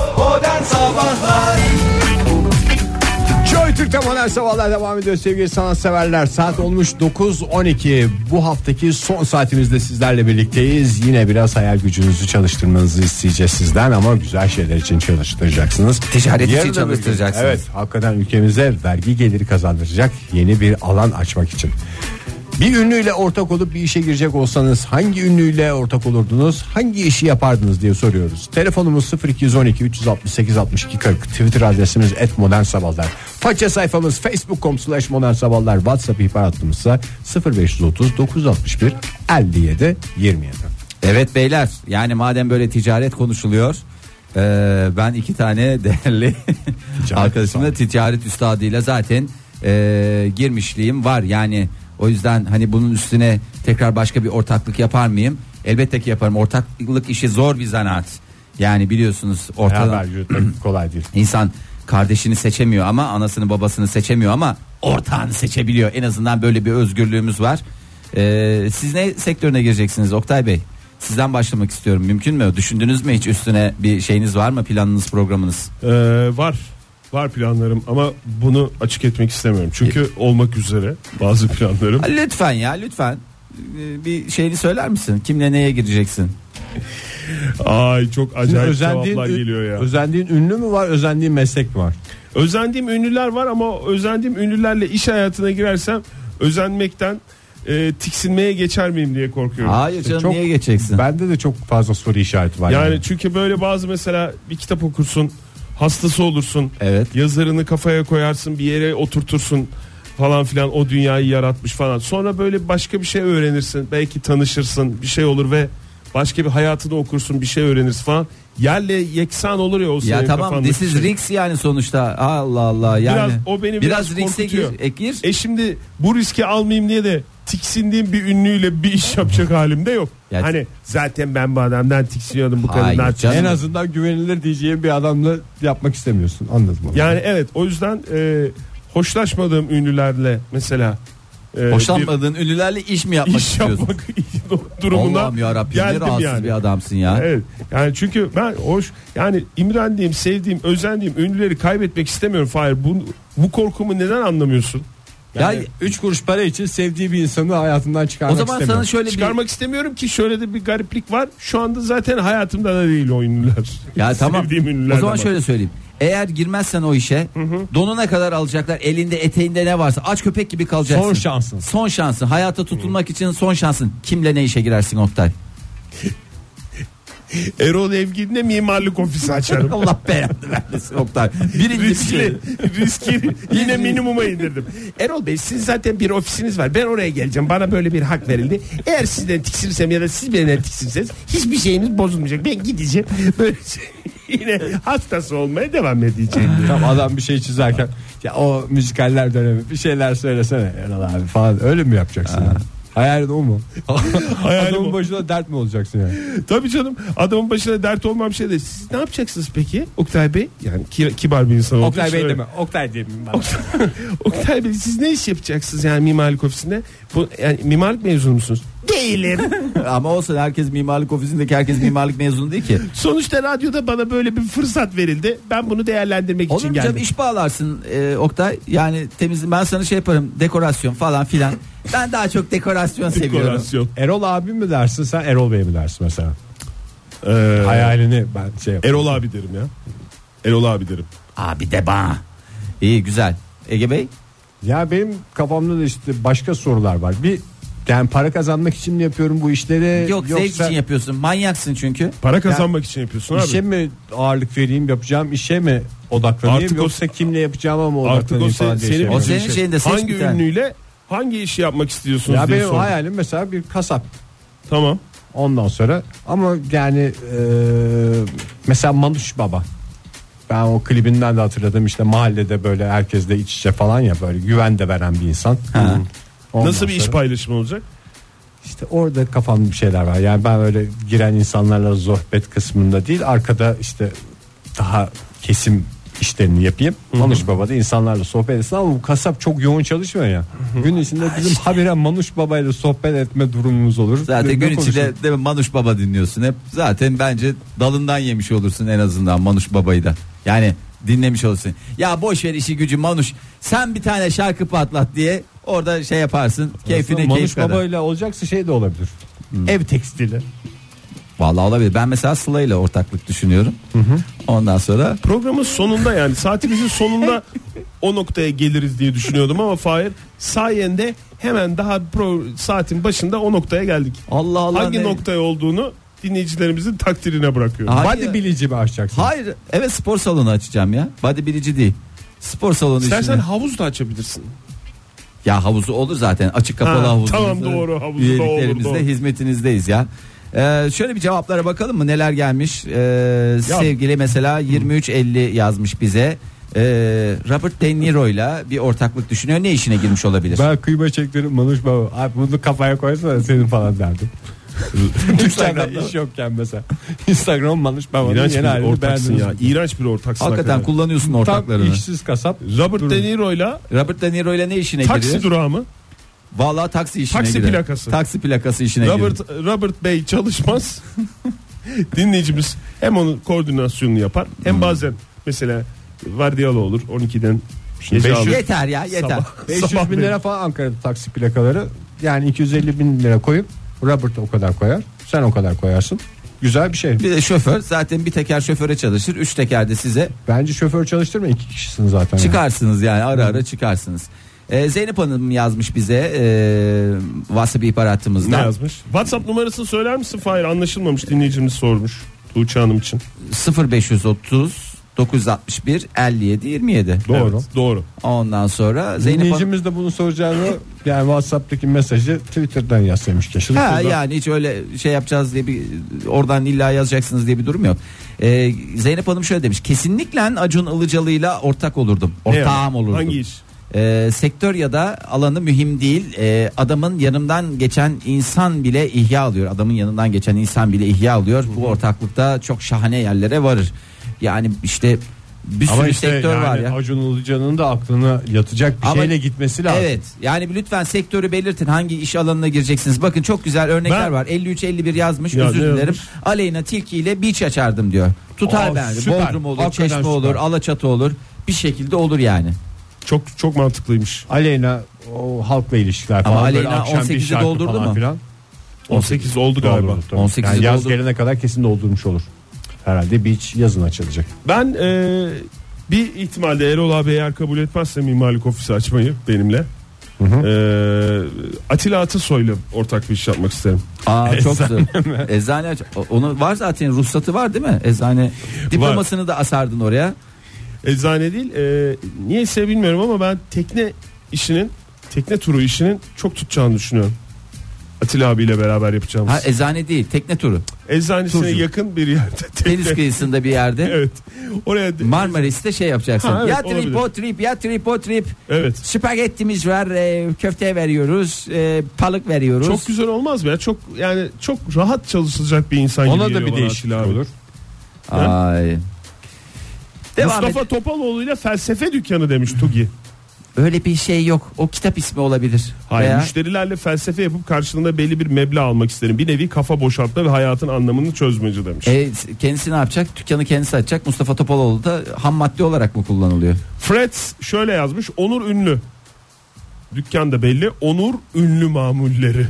[SPEAKER 2] Joy Türk'te modern sabahlar devam ediyor sevgili sanatseverler. Saat olmuş 9.12. Bu haftaki son saatimizde sizlerle birlikteyiz. Yine biraz hayal gücünüzü çalıştırmanızı isteyeceğiz sizden ama güzel şeyler için çalıştıracaksınız.
[SPEAKER 3] Ticaret için
[SPEAKER 2] Yarın öbür gün,
[SPEAKER 3] çalıştıracaksınız.
[SPEAKER 2] Evet hakikaten ülkemize vergi geliri kazandıracak yeni bir alan açmak için. Bir ünlüyle ortak olup bir işe girecek olsanız hangi ünlüyle ortak olurdunuz? Hangi işi yapardınız diye soruyoruz. Telefonumuz 0212 368 62 40. Twitter adresimiz et Faça sayfamız facebook.com slash modernsabahlar. Whatsapp ihbar hattımızsa 0530 961 57 27.
[SPEAKER 3] Evet beyler yani madem böyle ticaret konuşuluyor eee, ben iki tane değerli
[SPEAKER 2] Ticaret
[SPEAKER 3] arkadaşımla ticaret üstadıyla zaten eee, girmişliğim var yani o yüzden hani bunun üstüne tekrar başka bir ortaklık yapar mıyım? Elbette ki yaparım ortaklık işi zor bir zanaat yani biliyorsunuz
[SPEAKER 2] Beraber
[SPEAKER 3] ortada
[SPEAKER 2] yürütmek kolay değil.
[SPEAKER 3] insan kardeşini seçemiyor ama anasını babasını seçemiyor ama ortağını seçebiliyor en azından böyle bir özgürlüğümüz var. Eee, siz ne sektörüne gireceksiniz Oktay Bey? Sizden başlamak istiyorum. Mümkün mü? Düşündünüz mü hiç üstüne bir şeyiniz var mı? Planınız, programınız?
[SPEAKER 4] Ee, var. Var planlarım ama bunu açık etmek istemiyorum. Çünkü
[SPEAKER 3] E-
[SPEAKER 4] olmak üzere bazı planlarım.
[SPEAKER 3] Ha, Lütfen ya, lütfen. Ee, Bir şeyini söyler misin? Kimle neye gireceksin?
[SPEAKER 4] Ay çok
[SPEAKER 2] Şimdi
[SPEAKER 4] acayip cevaplar
[SPEAKER 2] ün-
[SPEAKER 4] geliyor ya.
[SPEAKER 2] özendiğin ünlü mü var özendiğin meslek mi var?
[SPEAKER 4] Özendiğim ünlüler var ama özendiğim ünlülerle iş hayatına girersem özenmekten e, tiksinmeye geçer miyim diye korkuyorum.
[SPEAKER 3] Hayır canım
[SPEAKER 2] çok-
[SPEAKER 3] niye geçeceksin?
[SPEAKER 2] Bende de çok fazla soru işareti var.
[SPEAKER 4] Yani çünkü böyle bazı mesela bir kitap okursun, hastası olursun.
[SPEAKER 3] Evet.
[SPEAKER 4] Yazarını kafaya koyarsın, bir yere oturtursun falan filan o dünyayı yaratmış falan. Sonra böyle başka bir şey öğrenirsin. Belki tanışırsın, bir şey olur ve başka bir hayatını okursun, bir şey öğrenirsin falan. Yerle yeksan olur ya o senin
[SPEAKER 3] Ya tamam
[SPEAKER 4] kafandaki
[SPEAKER 3] this is
[SPEAKER 4] şey.
[SPEAKER 3] Rix yani sonuçta. Allah Allah yani.
[SPEAKER 4] Biraz o beni biraz
[SPEAKER 3] Rix'e gir,
[SPEAKER 4] korkutuyor.
[SPEAKER 3] e, gir.
[SPEAKER 4] E şimdi bu riski almayayım diye de tiksindiğim bir ünlüyle bir iş yapacak halimde yok.
[SPEAKER 3] Ya-
[SPEAKER 4] hani zaten ben bu adamdan tiksiniyordum bu
[SPEAKER 3] Hayır
[SPEAKER 4] kadından.
[SPEAKER 3] canım.
[SPEAKER 2] En azından güvenilir diyeceğim bir adamla yapmak istemiyorsun. Anladın mı?
[SPEAKER 4] Yani evet o yüzden e, hoşlaşmadığım ünlülerle mesela e,
[SPEAKER 3] Hoşlanmadığın ünlülerle iş mi
[SPEAKER 4] bir
[SPEAKER 3] yapmak
[SPEAKER 4] iş
[SPEAKER 3] istiyorsun?
[SPEAKER 4] yapmak durumuna
[SPEAKER 3] Allah'ım yarabbim ne
[SPEAKER 4] geldim
[SPEAKER 3] rahatsız
[SPEAKER 4] yani.
[SPEAKER 3] bir adamsın ya.
[SPEAKER 4] Evet. Yani çünkü ben hoş yani imrendiğim, sevdiğim, özendiğim ünlüleri kaybetmek istemiyorum Fahir. Bu, bu korkumu neden anlamıyorsun?
[SPEAKER 3] ya
[SPEAKER 2] 3 kuruş para için sevdiği bir insanı hayatından
[SPEAKER 3] o
[SPEAKER 2] çıkarmak
[SPEAKER 3] zaman sana şöyle bir
[SPEAKER 4] Çıkarmak istemiyorum ki şöyle de bir gariplik var. Şu anda zaten hayatımda da değil o ünlüler.
[SPEAKER 3] ya tamam.
[SPEAKER 4] Sevdiğim
[SPEAKER 3] O
[SPEAKER 4] ünlülerden
[SPEAKER 3] zaman
[SPEAKER 4] bak.
[SPEAKER 3] şöyle söyleyeyim. Eğer girmezsen o işe donuna kadar alacaklar. Elinde eteğinde ne varsa aç köpek gibi kalacaksın.
[SPEAKER 2] Son şansın.
[SPEAKER 3] Son şansın. Hayata tutunmak için son şansın. Kimle ne işe girersin Oktay?
[SPEAKER 4] Erol Evgin'le mimarlık ofisi açarım.
[SPEAKER 3] Allah belanı vermesin şey- Oktay. Birincisi
[SPEAKER 4] riskli, riskli yine minimuma indirdim. Erol Bey sizin zaten bir ofisiniz var. Ben oraya geleceğim. Bana böyle bir hak verildi. Eğer sizden tiksinirsem ya da siz benden tiksinirseniz hiçbir şeyiniz bozulmayacak. Ben gideceğim. Böyle şey- yine hastası olmaya devam edeceğim.
[SPEAKER 2] Tam adam bir şey çizerken ya o müzikaller dönemi bir şeyler söylesene Erol abi falan öyle mi yapacaksın? yani? Hayalin o mu?
[SPEAKER 4] Hayalim
[SPEAKER 2] Adamın
[SPEAKER 4] o.
[SPEAKER 2] başına dert mi olacaksın yani?
[SPEAKER 4] Tabii canım adamın başına dert olmam şey de siz ne yapacaksınız peki Oktay Bey? Yani ki- kibar bir insan olduğu
[SPEAKER 2] Oktay
[SPEAKER 4] için
[SPEAKER 2] Bey
[SPEAKER 4] öyle.
[SPEAKER 2] deme. Oktay diyeyim ben.
[SPEAKER 4] Oktay Bey siz ne iş yapacaksınız yani mimarlık ofisinde? Bu, yani mimarlık mezunu musunuz?
[SPEAKER 1] değilim.
[SPEAKER 3] Ama olsun herkes mimarlık ofisindeki herkes mimarlık mezunu değil ki.
[SPEAKER 1] Sonuçta radyoda bana böyle bir fırsat verildi. Ben bunu değerlendirmek
[SPEAKER 3] Olur
[SPEAKER 1] için
[SPEAKER 3] mu canım
[SPEAKER 1] geldim.
[SPEAKER 3] iş bağlarsın e, Oktay. Yani temizlik ben sana şey yaparım dekorasyon falan filan. ben daha çok dekorasyon seviyorum.
[SPEAKER 4] Dekorasyon.
[SPEAKER 2] Erol abi mi dersin sen Erol Bey mi dersin mesela?
[SPEAKER 4] Ee,
[SPEAKER 2] Hayalini ben şey yapayım.
[SPEAKER 4] Erol abi derim ya. Erol abi derim.
[SPEAKER 3] Abi de bana. İyi güzel. Ege Bey
[SPEAKER 2] Ya benim kafamda da işte başka sorular var. Bir yani para kazanmak için mi yapıyorum bu işleri?
[SPEAKER 3] yok zevk
[SPEAKER 2] yoksa
[SPEAKER 3] için yapıyorsun manyaksın çünkü.
[SPEAKER 4] Para kazanmak için yapıyorsun abi.
[SPEAKER 2] İşe mi ağırlık vereyim yapacağım işe mi odaklanayım
[SPEAKER 4] Artık o-
[SPEAKER 2] yoksa kimle yapacağıma mı
[SPEAKER 4] Artık
[SPEAKER 2] odaklanayım
[SPEAKER 4] o sen-
[SPEAKER 2] falan diye
[SPEAKER 4] senin
[SPEAKER 2] şey
[SPEAKER 3] O
[SPEAKER 2] yapıyorum.
[SPEAKER 3] senin şeyinde seç
[SPEAKER 4] hangi
[SPEAKER 3] bir tane.
[SPEAKER 4] ünlüyle hangi işi yapmak istiyorsunuz
[SPEAKER 2] Ya
[SPEAKER 4] diye
[SPEAKER 2] benim
[SPEAKER 4] sordum.
[SPEAKER 2] hayalim mesela bir kasap
[SPEAKER 4] Tamam.
[SPEAKER 2] ondan sonra ama yani e, mesela Manuş Baba ben o klibinden de hatırladım işte mahallede böyle herkes de iç içe falan ya böyle güven de veren bir insan.
[SPEAKER 3] Ha.
[SPEAKER 2] Ondan
[SPEAKER 4] Nasıl bir iş
[SPEAKER 2] sonra-
[SPEAKER 4] paylaşımı olacak?
[SPEAKER 2] İşte orada kafamda bir şeyler var. Yani ben öyle giren insanlarla sohbet kısmında değil arkada işte daha kesim işlerini yapayım. Manuş Baba da insanlarla sohbet etsin ama bu kasap çok yoğun çalışmıyor ya. Gün içinde bizim habire Manuş Baba ile sohbet etme durumumuz olur.
[SPEAKER 3] Zaten
[SPEAKER 2] Ne
[SPEAKER 3] gün içinde
[SPEAKER 2] konuşuruz?
[SPEAKER 3] değil mi, Manuş Baba dinliyorsun hep. Zaten bence dalından yemiş olursun en azından Manuş Baba'yı da. Yani dinlemiş olursun. Ya boş ver işi gücü Manuş. Sen bir tane şarkı patlat diye orada şey yaparsın. Keyfine
[SPEAKER 2] Manuş
[SPEAKER 3] keyif kadar.
[SPEAKER 2] Baba ile olacaksa şey de olabilir. Ev tekstili.
[SPEAKER 3] Vallahi olabilir. Ben mesela Sıla ile ortaklık düşünüyorum. Ondan sonra
[SPEAKER 4] Programın sonunda yani saatimizin sonunda o noktaya geliriz diye düşünüyordum ama Fahir sayende hemen daha pro- saatin başında o noktaya geldik.
[SPEAKER 3] Allah Allah
[SPEAKER 4] hangi
[SPEAKER 3] ne-
[SPEAKER 4] noktaya olduğunu dinleyicilerimizin takdirine bırakıyorum.
[SPEAKER 3] Hayır.
[SPEAKER 2] Body bilici mi açacaksın?
[SPEAKER 3] Hayır, evet spor salonu açacağım ya. Body bilici değil. Spor salonu
[SPEAKER 4] İstersen
[SPEAKER 3] işini-
[SPEAKER 4] havuz da açabilirsin.
[SPEAKER 3] Ya havuzu olur zaten açık kapalı
[SPEAKER 4] Ha,
[SPEAKER 3] havuzumuz.
[SPEAKER 4] tamam, doğru, havuzu da
[SPEAKER 3] Üyeliklerimizde
[SPEAKER 4] olur, doğru.
[SPEAKER 3] hizmetinizdeyiz ya. Ee, şöyle bir cevaplara bakalım mı neler gelmiş. Ee, sevgili mesela 2350 yazmış bize. Ee, Robert De Niro'yla bir ortaklık düşünüyor. Ne işine girmiş olabilir?
[SPEAKER 2] Ben kıyma çektirim Manuş Baba. Abi bunu kafaya koysana senin falan derdim. Instagram'da iş yokken mesela. Instagram Manuş Baba'nın
[SPEAKER 4] İğrenç
[SPEAKER 2] yeni
[SPEAKER 4] bir
[SPEAKER 2] halini
[SPEAKER 4] ortaksın
[SPEAKER 2] beğendiniz
[SPEAKER 4] ya.
[SPEAKER 2] mi?
[SPEAKER 4] İğrenç bir ortaksın.
[SPEAKER 3] Hakikaten kullanıyorsun
[SPEAKER 2] Tam
[SPEAKER 3] ortaklarını.
[SPEAKER 2] işsiz kasap.
[SPEAKER 4] Robert
[SPEAKER 2] Durun.
[SPEAKER 4] De Niro'yla
[SPEAKER 3] Robert De Niro'yla ne işine
[SPEAKER 4] taksi
[SPEAKER 3] giriyor?
[SPEAKER 4] durağı mı?
[SPEAKER 3] Vallahi taksi işine
[SPEAKER 4] Taksi
[SPEAKER 3] girer.
[SPEAKER 4] plakası.
[SPEAKER 3] Taksi plakası işine
[SPEAKER 4] Robert
[SPEAKER 3] girer.
[SPEAKER 4] Robert Bey çalışmaz. Dinleyicimiz hem onun koordinasyonunu yapar hem bazen mesela vardiyalı olur 12'den gece
[SPEAKER 2] 500
[SPEAKER 4] alır.
[SPEAKER 3] Yeter ya yeter.
[SPEAKER 4] Sabah.
[SPEAKER 2] 500 bin
[SPEAKER 4] Sabah
[SPEAKER 2] lira falan Ankara'da taksi plakaları. Yani 250 bin lira koyup Robert o kadar koyar. Sen o kadar koyarsın. Güzel bir şey.
[SPEAKER 3] Bir de şoför zaten bir teker şoföre çalışır. Üç teker de size
[SPEAKER 2] Bence şoför çalıştırma iki kişisin zaten. yani.
[SPEAKER 3] Çıkarsınız yani ara ara çıkarsınız. Ee, Zeynep Hanım yazmış bize ee, WhatsApp ihbar
[SPEAKER 4] Ne
[SPEAKER 3] hattımızdan
[SPEAKER 4] yazmış? WhatsApp numarasını söyler misin Fahir? Anlaşılmamış dinleyicimiz sormuş. Tuğçe Hanım için.
[SPEAKER 3] 0530 961 57 27.
[SPEAKER 2] Doğru.
[SPEAKER 4] Evet, doğru.
[SPEAKER 3] Ondan sonra Zeynep Hanım
[SPEAKER 2] Dinleyicimiz de bunu soracağını yani WhatsApp'taki mesajı Twitter'dan yazsaymış keşke.
[SPEAKER 3] Ha yani hiç öyle şey yapacağız diye bir oradan illa yazacaksınız diye bir durum yok. Ee, Zeynep Hanım şöyle demiş. Kesinlikle Acun Ilıcalı'yla ortak olurdum.
[SPEAKER 4] Ne
[SPEAKER 3] Ortağım
[SPEAKER 4] yani?
[SPEAKER 3] olurdum.
[SPEAKER 4] Hangi iş?
[SPEAKER 3] Ee, sektör ya da alanı mühim değil. Ee, adamın yanımdan geçen insan bile ihya alıyor. Adamın yanından geçen insan bile ihya alıyor. Bu ortaklıkta çok şahane yerlere varır. Yani işte bir sürü sektör var ya.
[SPEAKER 2] Acun Ilıcalı'nın da aklına yatacak bir
[SPEAKER 3] Ama-
[SPEAKER 2] şeyle gitmesi lazım.
[SPEAKER 3] Evet. Yani lütfen sektörü belirtin. Hangi iş alanına gireceksiniz? Bakın çok güzel örnekler
[SPEAKER 4] Ben-
[SPEAKER 3] var. 53 51 yazmış.
[SPEAKER 4] Ya,
[SPEAKER 3] özür
[SPEAKER 4] ne
[SPEAKER 3] dilerim.
[SPEAKER 4] yazmış?
[SPEAKER 3] Aleyna Tilki ile beach açardım diyor. Tutar
[SPEAKER 2] Aa,
[SPEAKER 3] bence.
[SPEAKER 2] süper.
[SPEAKER 3] Bodrum olur,
[SPEAKER 2] Hakikaten
[SPEAKER 3] Çeşme
[SPEAKER 2] süper.
[SPEAKER 3] olur, Alaçatı olur. Bir şekilde olur yani.
[SPEAKER 4] Çok çok mantıklıymış.
[SPEAKER 2] Aleyna o halkla ilişkiler falan.
[SPEAKER 3] Aleyna
[SPEAKER 2] böyle akşam bir
[SPEAKER 3] 18'i
[SPEAKER 2] şarkı
[SPEAKER 3] doldurdu
[SPEAKER 2] falan
[SPEAKER 3] mu?
[SPEAKER 2] Filan.
[SPEAKER 4] 18 oldu
[SPEAKER 2] Galiba.
[SPEAKER 4] galiba.
[SPEAKER 2] Tabii.
[SPEAKER 3] 18'i
[SPEAKER 2] yani yaz
[SPEAKER 3] doldur-
[SPEAKER 2] gelene kadar kesin doldurmuş olur. Herhalde beach yazın açılacak.
[SPEAKER 4] Ben e, bir ihtimalle Erol abi eğer kabul etmezse mimarlık ofisi açmayı benimle. E, Atilla Atasoy'la ortak bir iş yapmak isterim.
[SPEAKER 3] Aa çok güzel. Eczane aç- o- onun var zaten ruhsatı var değil mi? Eczane diplomasını da asardın oraya.
[SPEAKER 4] Eczane değil. E, niyeyse bilmiyorum ama ben tekne işinin tekne turu işinin çok tutacağını düşünüyorum. Atilla abiyle beraber yapacağımız.
[SPEAKER 3] Ha eczane değil, tekne turu.
[SPEAKER 4] Eczanesine
[SPEAKER 3] turcu.
[SPEAKER 4] yakın bir yerde.
[SPEAKER 3] Deniz kıyısında bir yerde.
[SPEAKER 4] evet. Oraya de-
[SPEAKER 3] Marmaris'te şey yapacaksın.
[SPEAKER 4] Ha, evet,
[SPEAKER 3] ya trip
[SPEAKER 4] olabilir.
[SPEAKER 3] o trip ya trip o trip.
[SPEAKER 4] Evet.
[SPEAKER 3] Spagettimiz var, e, köfte veriyoruz, e, balık veriyoruz.
[SPEAKER 4] Çok güzel olmaz mı ya? Çok yani çok rahat çalışılacak bir insan gibi
[SPEAKER 2] Ona da
[SPEAKER 4] geliyor
[SPEAKER 2] bir
[SPEAKER 4] bana
[SPEAKER 2] değişiklik
[SPEAKER 4] Atilla abi.
[SPEAKER 2] olur.
[SPEAKER 3] Ay. Devam
[SPEAKER 4] Mustafa
[SPEAKER 3] et.
[SPEAKER 4] Topaloğlu ile felsefe dükkanı demiş Tugi.
[SPEAKER 3] Öyle bir şey yok. O kitap ismi olabilir.
[SPEAKER 4] Hayır
[SPEAKER 3] Veya-
[SPEAKER 4] müşterilerle felsefe yapıp karşılığında belli bir meblağ almak isterim. Bir nevi kafa boşaltma ve hayatın anlamını çözmece demiş.
[SPEAKER 3] E, kendisi ne yapacak? Dükkanı kendisi açacak. Mustafa Topaloğlu da ham madde olarak mı kullanılıyor? E,
[SPEAKER 4] Freds şöyle yazmış Onur Ünlü. Dükkan da belli Onur Ünlü mamulleri.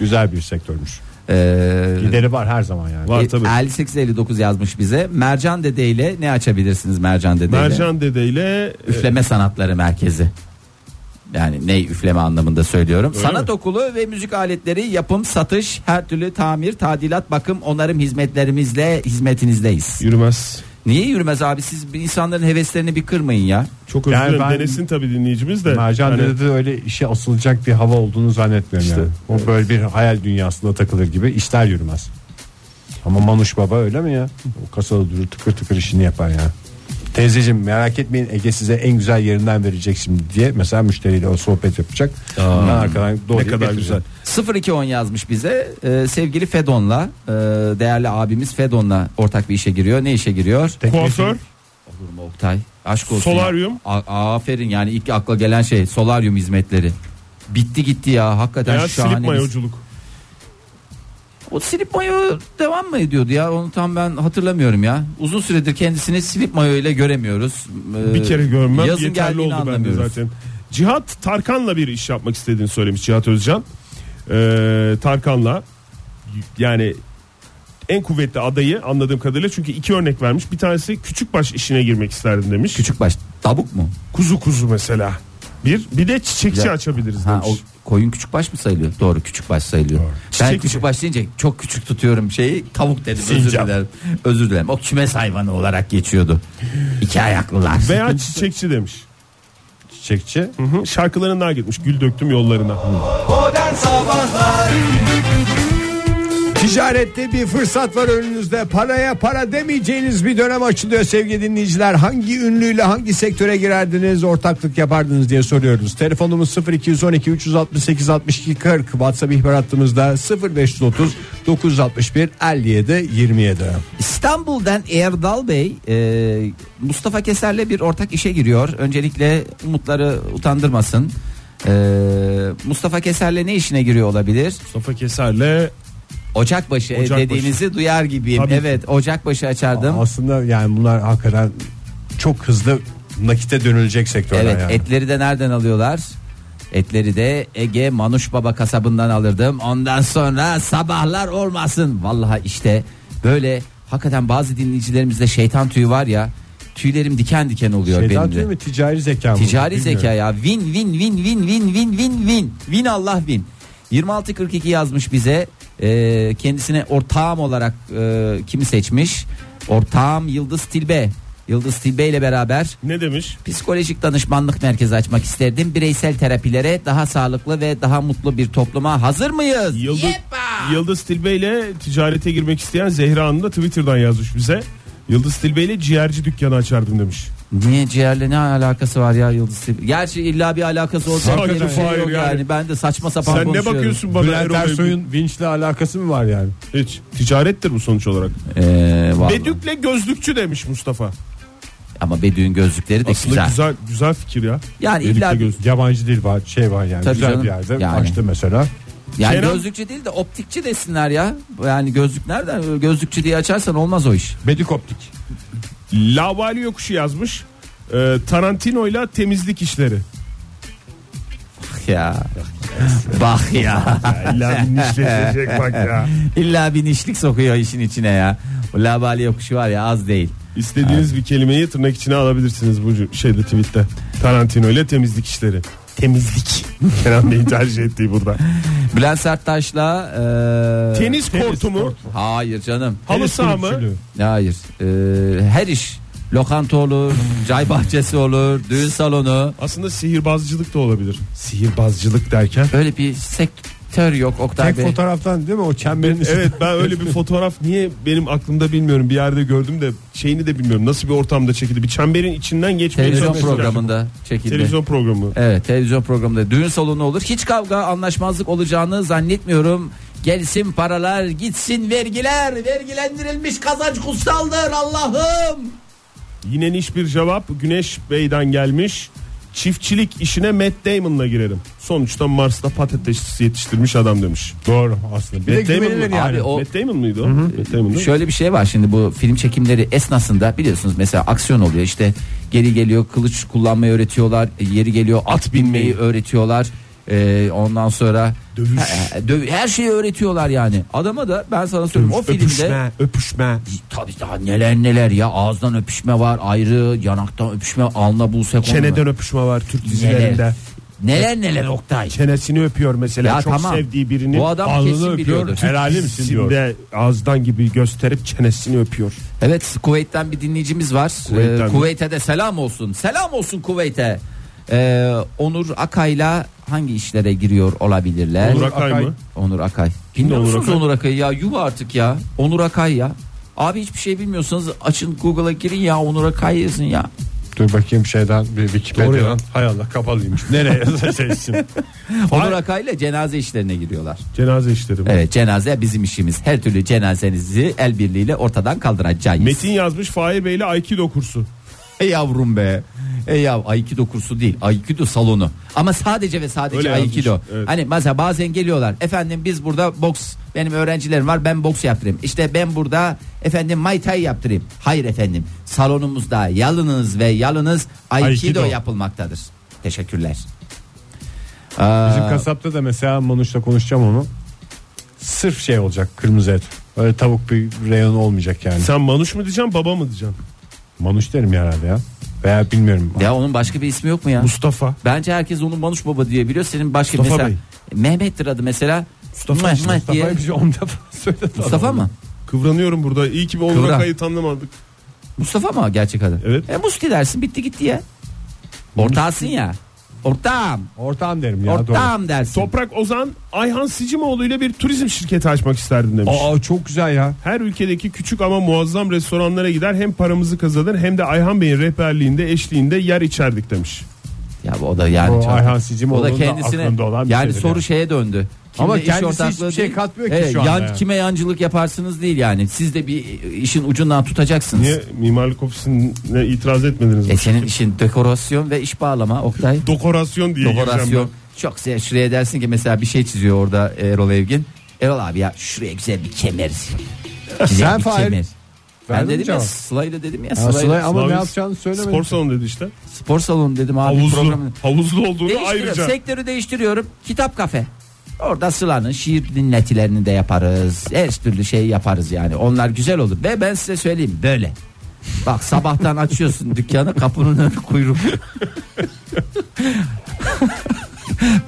[SPEAKER 2] Güzel bir sektörmüş.
[SPEAKER 3] Ee,
[SPEAKER 2] Gideri var her zaman yani.
[SPEAKER 4] Var tabii.
[SPEAKER 3] 58-59 yazmış bize. Mercan Dede ile ne açabilirsiniz Mercan Dede ile?
[SPEAKER 4] Mercan Dede ile e,
[SPEAKER 3] Üfleme Sanatları Merkezi. Yani ne üfleme anlamında söylüyorum.
[SPEAKER 4] Öyle
[SPEAKER 3] Sanat
[SPEAKER 4] mi?
[SPEAKER 3] okulu ve müzik aletleri yapım, satış, her türlü tamir, tadilat, bakım, onarım hizmetlerimizle hizmetinizdeyiz.
[SPEAKER 4] yürümez.
[SPEAKER 3] Niye yürümez abi siz bir insanların heveslerini bir kırmayın ya.
[SPEAKER 4] Çok özür
[SPEAKER 2] Yani
[SPEAKER 4] dilerim
[SPEAKER 2] ben-
[SPEAKER 4] denesin tabii dinleyicimiz de.
[SPEAKER 2] Mercan
[SPEAKER 4] Hani-
[SPEAKER 2] dedi de öyle işe asılacak bir hava olduğunu zannetmiyorum yani. O böyle bir hayal dünyasında takılır gibi işler yürümez. Ama Manuş Baba öyle mi ya? O kasada durur tıkır tıkır işini yapar ya. Teyzeciğim merak etmeyin Ege size en güzel yerinden verecek şimdi diye mesela müşteriyle o sohbet yapacak. ben arkadan doğru
[SPEAKER 4] ne kadar güzel.
[SPEAKER 3] 0210 yazmış bize. Ee, sevgili Fedon'la, e, değerli abimiz Fedon'la ortak bir işe giriyor. Ne işe giriyor?
[SPEAKER 4] Kuaför
[SPEAKER 3] Olur mu Oktay? Aşk olsun.
[SPEAKER 4] Solaryum.
[SPEAKER 3] ya. A- aferin yani ilk akla gelen şey solaryum hizmetleri. Bitti gitti ya hakikaten
[SPEAKER 4] veya
[SPEAKER 3] şahane.
[SPEAKER 4] silip
[SPEAKER 3] bir-
[SPEAKER 4] mayoculuk.
[SPEAKER 3] O silip mayo devam mı ediyordu ya? Onu tam ben hatırlamıyorum ya. Uzun süredir kendisini silip mayo ile göremiyoruz. Ee,
[SPEAKER 4] Bir kere görmem
[SPEAKER 3] yazın
[SPEAKER 4] yeterli
[SPEAKER 3] geldiğini
[SPEAKER 4] oldu bende
[SPEAKER 3] anlamıyoruz.
[SPEAKER 4] zaten. Cihat Tarkan'la bir iş yapmak istediğini söylemiş Cihat Özcan. Ee, Tarkan'la yani en kuvvetli adayı anladığım kadarıyla çünkü iki örnek vermiş. Bir tanesi küçük baş işine girmek isterdim demiş.
[SPEAKER 3] Küçük baş tabuk mu?
[SPEAKER 4] kuzu kuzu mesela. Bir bir de çiçekçi
[SPEAKER 3] Ya-
[SPEAKER 4] açabiliriz
[SPEAKER 3] Ha,
[SPEAKER 4] demiş.
[SPEAKER 3] o koyun küçük baş mı sayılıyor? Doğru küçük baş sayılıyor. Ben
[SPEAKER 4] Çiçekçi.
[SPEAKER 3] küçük baş deyince çok küçük tutuyorum şeyi tavuk dedim özür
[SPEAKER 4] Sincap.
[SPEAKER 3] dilerim. Özür dilerim. O kümes hayvanı olarak geçiyordu. İki ayaklılar.
[SPEAKER 4] Veya çiçekçi demiş.
[SPEAKER 2] Çiçekçi.
[SPEAKER 4] Hı hı. Şarkılarından gitmiş. Gül döktüm yollarına.
[SPEAKER 2] Ticarette bir fırsat var önünüzde. Paraya para demeyeceğiniz bir dönem açılıyor sevgili dinleyiciler. Hangi ünlüyle hangi sektöre girerdiniz, ortaklık yapardınız diye soruyoruz. Telefonumuz 0212 368 62 40. WhatsApp ihbar hattımızda 0530 961 57 27.
[SPEAKER 3] İstanbul'dan Erdal Bey e, Mustafa Keser'le bir ortak işe giriyor. Öncelikle umutları utandırmasın. E, Mustafa Keser'le ne işine giriyor olabilir?
[SPEAKER 4] Mustafa Keser'le
[SPEAKER 3] Ocakbaşı, e,
[SPEAKER 4] Ocakbaşı.
[SPEAKER 3] dediğinizi duyar gibiyim.
[SPEAKER 4] Tabii.
[SPEAKER 3] Evet Ocakbaşı açardım.
[SPEAKER 2] Aslında yani bunlar hakikaten çok hızlı nakite dönülecek sektörler
[SPEAKER 3] evet
[SPEAKER 2] yani.
[SPEAKER 3] etleri de nereden alıyorlar? Etleri de Ege Manuş Baba kasabından alırdım. Ondan sonra sabahlar olmasın. Vallahi işte böyle hakikaten bazı dinleyicilerimizde şeytan tüyü var ya. Tüylerim diken diken oluyor
[SPEAKER 2] Şeytan
[SPEAKER 3] benim de.
[SPEAKER 2] tüyü mü, ticari zeka mı?
[SPEAKER 3] Ticari
[SPEAKER 2] Bilmiyorum.
[SPEAKER 3] zeka ya. Win win win win win win win win. Win Allah win. 2642 yazmış bize. Ee, kendisine ortağım olarak e, kimi seçmiş? Ortağım Yıldız Tilbe. Yıldız Tilbe ile beraber
[SPEAKER 4] ne demiş?
[SPEAKER 3] psikolojik danışmanlık merkezi açmak isterdim. Bireysel terapilere daha sağlıklı ve daha mutlu bir topluma hazır mıyız?
[SPEAKER 4] Yıldız, Yıldız Tilbe ile ticarete girmek isteyen Zehra Hanım da Twitter'dan yazmış bize. Yıldız Tilbe ile ciğerci dükkanı açardım demiş.
[SPEAKER 3] Niye ciğerle ne alakası var ya Yıldız Tilbe? Gerçi illa bir alakası olacak
[SPEAKER 4] Hakikaten
[SPEAKER 3] diye bir şey
[SPEAKER 4] hayır
[SPEAKER 3] yok yani.
[SPEAKER 4] yani.
[SPEAKER 3] Ben de saçma sapan
[SPEAKER 4] Sen ne
[SPEAKER 3] konuşuyorum.
[SPEAKER 4] bakıyorsun bana
[SPEAKER 2] Bülent
[SPEAKER 4] Erol Bey?
[SPEAKER 2] Ersoy'un vinçle alakası mı var yani?
[SPEAKER 4] Hiç. Ticarettir bu sonuç olarak.
[SPEAKER 3] Ee, vallahi.
[SPEAKER 4] Bedük'le gözlükçü demiş Mustafa.
[SPEAKER 3] Ama Bedü'nün gözlükleri de
[SPEAKER 4] Aslında
[SPEAKER 3] güzel.
[SPEAKER 4] güzel güzel, fikir ya.
[SPEAKER 3] Yani
[SPEAKER 4] Bedük'le
[SPEAKER 3] illa-
[SPEAKER 4] gözlük.
[SPEAKER 2] Yabancı dil var şey var yani
[SPEAKER 3] Tabii
[SPEAKER 2] güzel
[SPEAKER 3] canım,
[SPEAKER 2] bir yerde
[SPEAKER 3] yani.
[SPEAKER 2] açtı mesela.
[SPEAKER 3] Yani
[SPEAKER 4] Kenan-
[SPEAKER 3] gözlükçü değil de optikçi desinler ya. Yani gözlük nereden? Gözlükçü diye açarsan olmaz o iş.
[SPEAKER 2] Bedik optik.
[SPEAKER 4] Lavali yokuşu yazmış. Ee, Tarantino ile temizlik işleri.
[SPEAKER 3] Bak ya. Bak ya.
[SPEAKER 4] İlla işletecek bak ya.
[SPEAKER 3] İlla bir nişlik sokuyor işin içine ya. O labali yokuşu var ya az değil.
[SPEAKER 4] İstediğiniz bir kelimeyi tırnak içine alabilirsiniz bu cü- şeyde tweette. Tarantino ile temizlik işleri. Temizlik. Kenan Bey'in tercih ettiği burada.
[SPEAKER 3] Bülent Serttaş'la e,
[SPEAKER 4] Tenis kortu mu?
[SPEAKER 3] Hayır canım.
[SPEAKER 4] Halı saha mı?
[SPEAKER 2] kulüpçülüğü.
[SPEAKER 3] Hayır. E, her iş. Lokanta olur, çay bahçesi olur, düğün salonu.
[SPEAKER 4] Aslında sihirbazcılık da olabilir. Sihirbazcılık derken?
[SPEAKER 3] Böyle bir sektör yok Oktay
[SPEAKER 2] Tek
[SPEAKER 3] Bey.
[SPEAKER 2] fotoğraftan değil mi o çemberin üstü.
[SPEAKER 4] Evet ben öyle bir fotoğraf niye benim aklımda bilmiyorum. Bir yerde gördüm de şeyini de bilmiyorum. Nasıl bir ortamda çekildi. Bir çemberin içinden geçmeye
[SPEAKER 3] Televizyon
[SPEAKER 4] çalışmışlar.
[SPEAKER 3] programında çekildi.
[SPEAKER 4] Televizyon programı.
[SPEAKER 3] Evet televizyon programında düğün salonu olur. Hiç kavga anlaşmazlık olacağını zannetmiyorum. Gelsin paralar gitsin vergiler vergilendirilmiş kazanç kutsaldır Allah'ım.
[SPEAKER 4] Yine niş bir cevap Güneş Bey'den gelmiş. çiftçilik işine Matt Damon'la girerim. Sonuçta Mars'ta patates yetiştirmiş adam demiş.
[SPEAKER 2] Doğru aslında.
[SPEAKER 4] Matt Damon,
[SPEAKER 2] güvenilir
[SPEAKER 4] mı?
[SPEAKER 3] yani.
[SPEAKER 4] Abi o... Matt Damon muydu o? Matt Damon değil mi?
[SPEAKER 3] Şöyle bir şey var şimdi bu film çekimleri esnasında biliyorsunuz mesela aksiyon oluyor işte geri geliyor kılıç kullanmayı öğretiyorlar yeri geliyor at binmeyi öğretiyorler Ee, ondan sonra dövüş. her şeyi öğretiyorlar yani adama da ben sana söylüyorum o filmde
[SPEAKER 4] Öpüşme, öpüşme.
[SPEAKER 3] tabii daha neler neler ya ağızdan öpüşme var ayrı yanaktan öpüşme alna bulsa
[SPEAKER 4] Çeneden öpüşme var Türk
[SPEAKER 3] neler,
[SPEAKER 4] dizilerinde.
[SPEAKER 3] neler neler Oktay
[SPEAKER 4] Çenesini öpüyor mesela.
[SPEAKER 3] Ya
[SPEAKER 4] Çok
[SPEAKER 3] tamam.
[SPEAKER 4] sevdiği birinin
[SPEAKER 3] Bu adam
[SPEAKER 4] alnını
[SPEAKER 3] kesin biliyordur.
[SPEAKER 4] öpüyor.
[SPEAKER 2] Helali misin
[SPEAKER 4] Dizisinde ağızdan gibi gösterip çenesini öpüyor.
[SPEAKER 3] Evet Kuveyt'ten bir dinleyicimiz var.
[SPEAKER 4] Kuveyt'ten
[SPEAKER 3] Ee,
[SPEAKER 4] mi?
[SPEAKER 3] Kuveyt'e de selam olsun. Selam olsun Kuveyt'e. Ee, Onur Akay'la hangi işlere giriyor olabilirler?
[SPEAKER 4] Onur Akay,
[SPEAKER 2] Akay.
[SPEAKER 4] mı?
[SPEAKER 3] Onur Akay. Bilmiyor
[SPEAKER 4] Onur
[SPEAKER 3] musunuz
[SPEAKER 4] Akay?
[SPEAKER 3] Onur Akay'ı ya? Yuh artık ya. Onur Akay ya. Abi hiçbir şey bilmiyorsanız açın Google'a girin ya Onur Akay yazın ya.
[SPEAKER 2] Dur bakayım şeyden bir
[SPEAKER 4] Doğru ya.
[SPEAKER 2] Wikipedia'dan. Hay Allah kapalıymış. Nereye yazacaksın?
[SPEAKER 3] Onur Akay'la cenaze işlerine giriyorlar.
[SPEAKER 4] Cenaze işleri. mi?
[SPEAKER 3] Evet Ee, cenaze bizim işimiz. Her türlü cenazenizi el birliğiyle ortadan kaldıracağız.
[SPEAKER 4] Metin yazmış Fahir Bey'le Aikido kursu.
[SPEAKER 3] Ey yavrum be. Ey yav Aikido kursu değil. Aikido salonu. Ama sadece ve sadece
[SPEAKER 4] Öyle yazmış,
[SPEAKER 3] Aikido.
[SPEAKER 4] evet.
[SPEAKER 3] Hani mesela bazen geliyorlar. Efendim biz burada boks benim öğrencilerim var. Ben boks yaptırayım. İşte ben burada efendim Muay Thai yaptırayım. Hayır efendim. Salonumuzda yalınız ve yalınız Aikido,
[SPEAKER 2] Aikido.
[SPEAKER 3] yapılmaktadır. Teşekkürler.
[SPEAKER 2] Bizim kasapta da mesela Manuş'la konuşacağım onu. Sırf şey olacak kırmızı et. Öyle tavuk bir reyon olmayacak yani.
[SPEAKER 4] Sen Manuş mu diyeceksin baba mı diyeceksin?
[SPEAKER 2] Manuş derim ya herhalde ya. Veya bilmiyorum.
[SPEAKER 3] Ya onun başka bir ismi yok mu ya?
[SPEAKER 4] Mustafa.
[SPEAKER 3] Bence herkes onu Manuş Baba diye biliyor. Senin başka
[SPEAKER 4] Mustafa
[SPEAKER 3] mesela Mehmet'tir adı mesela. Mustafa,
[SPEAKER 2] Mustafa
[SPEAKER 3] diye.
[SPEAKER 2] bir 10 defa söyledi.
[SPEAKER 3] Mustafa mı?
[SPEAKER 4] Kıvranıyorum burada. İyi ki bir Onur
[SPEAKER 3] Kıvran.
[SPEAKER 4] Akay'ı tanımadık.
[SPEAKER 3] Mustafa mı gerçek adı?
[SPEAKER 4] Evet.
[SPEAKER 3] E Musti dersin bitti gitti ya. Ortağısın ya. Ortağım.
[SPEAKER 2] Ortağım derim ya.
[SPEAKER 3] ortağım dersin.
[SPEAKER 4] Toprak Ozan Ayhan Sicimoğlu ile bir turizm şirketi açmak isterdim demiş.
[SPEAKER 2] Doğru. Aa çok güzel ya.
[SPEAKER 4] Her ülkedeki küçük ama muazzam restoranlara gider hem paramızı kazanır hem de Ayhan Bey'in rehberliğinde eşliğinde yer içerdik demiş.
[SPEAKER 3] Ya bu- o da yani.
[SPEAKER 2] O
[SPEAKER 3] çok-
[SPEAKER 2] Ayhan Sicimoğlu'nun da aklında olan bir
[SPEAKER 3] yani
[SPEAKER 2] şeydir
[SPEAKER 3] soru
[SPEAKER 2] yani.
[SPEAKER 3] şeye döndü.
[SPEAKER 2] Ama
[SPEAKER 3] Kimle iş
[SPEAKER 2] kendisi hiçbir
[SPEAKER 3] ortaklığı
[SPEAKER 2] şey
[SPEAKER 3] değil.
[SPEAKER 2] katmıyor ki şu anda yani.
[SPEAKER 3] Kime yancılık yaparsınız değil yani. Siz de bir işin ucundan tutacaksınız.
[SPEAKER 4] Niye mimarlık ofisine itiraz etmediniz?
[SPEAKER 3] E
[SPEAKER 4] mi?
[SPEAKER 3] senin işin dekorasyon ve iş bağlama Oktay.
[SPEAKER 4] Dekorasyon diye
[SPEAKER 3] Dekorasyon.
[SPEAKER 4] gireceğim
[SPEAKER 3] Çok se- şuraya dersin ki mesela bir şey çiziyor orada Erol Evgin. Erol abi ya şuraya güzel bir kemer. Güzel
[SPEAKER 2] Sen
[SPEAKER 3] bir
[SPEAKER 2] Fahir,
[SPEAKER 3] kemer. Ben
[SPEAKER 2] verdin
[SPEAKER 3] dedim ya
[SPEAKER 2] cevap.
[SPEAKER 3] Sıla'yla dedim ya
[SPEAKER 2] Ya,
[SPEAKER 3] Sıla'yla.
[SPEAKER 2] Sıla'ya
[SPEAKER 4] ben.
[SPEAKER 2] ama ne
[SPEAKER 4] Slavis
[SPEAKER 2] yapacağını söylemedin.
[SPEAKER 4] Spor salonu dedi işte.
[SPEAKER 3] Spor salonu dedim abi
[SPEAKER 4] Havuzlu.
[SPEAKER 3] programın.
[SPEAKER 4] Havuzlu olduğunu
[SPEAKER 3] Değiştiriyorum.
[SPEAKER 4] ayrıca.
[SPEAKER 3] Sektörü değiştiriyorum. Kitap kafe. Orada Sıla'nın şiir dinletilerini de yaparız. Her türlü şey yaparız yani. Onlar güzel olur. Ve ben size söyleyeyim böyle. Bak sabahtan açıyorsun dükkanı kapının önü kuyruk.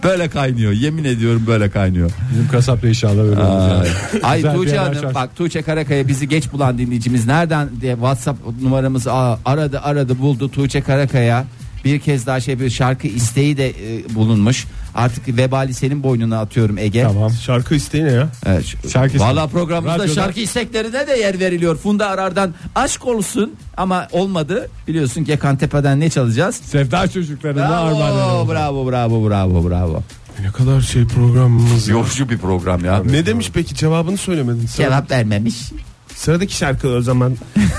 [SPEAKER 3] böyle kaynıyor. Yemin ediyorum böyle kaynıyor.
[SPEAKER 2] Bizim kasap da inşallah öyle olur.
[SPEAKER 3] Ay,
[SPEAKER 2] yani.
[SPEAKER 3] Ay
[SPEAKER 2] Güzel bir
[SPEAKER 3] Tuğçe
[SPEAKER 2] yer
[SPEAKER 3] Hanım
[SPEAKER 2] açarsın.
[SPEAKER 3] bak Tuğçe Karakaya bizi geç bulan dinleyicimiz nereden diye WhatsApp numaramızı aa, aradı aradı buldu Tuğçe Karakaya bir kez daha şey bir şarkı isteği de e, bulunmuş. Artık vebali senin boynuna atıyorum Ege.
[SPEAKER 2] Tamam.
[SPEAKER 4] Şarkı isteği ne ya?
[SPEAKER 3] Evet, şu-
[SPEAKER 2] Şarkı-
[SPEAKER 3] Valla programımızda
[SPEAKER 2] Radyoda-
[SPEAKER 3] şarkı isteklerine de yer veriliyor. Funda Arar'dan aşk olsun ama olmadı. Biliyorsun Gökhan Tepe'den ne çalacağız?
[SPEAKER 2] Sevda çocuklarına armağan
[SPEAKER 3] Bravo,
[SPEAKER 2] ederim.
[SPEAKER 3] bravo, bravo, bravo, bravo.
[SPEAKER 4] Ne kadar şey programımız ya.
[SPEAKER 3] Yorucu bir program ya.
[SPEAKER 4] Ne demiş peki cevabını söylemedin. Sıra-
[SPEAKER 3] Cevap vermemiş.
[SPEAKER 4] Sıradaki şarkı o zaman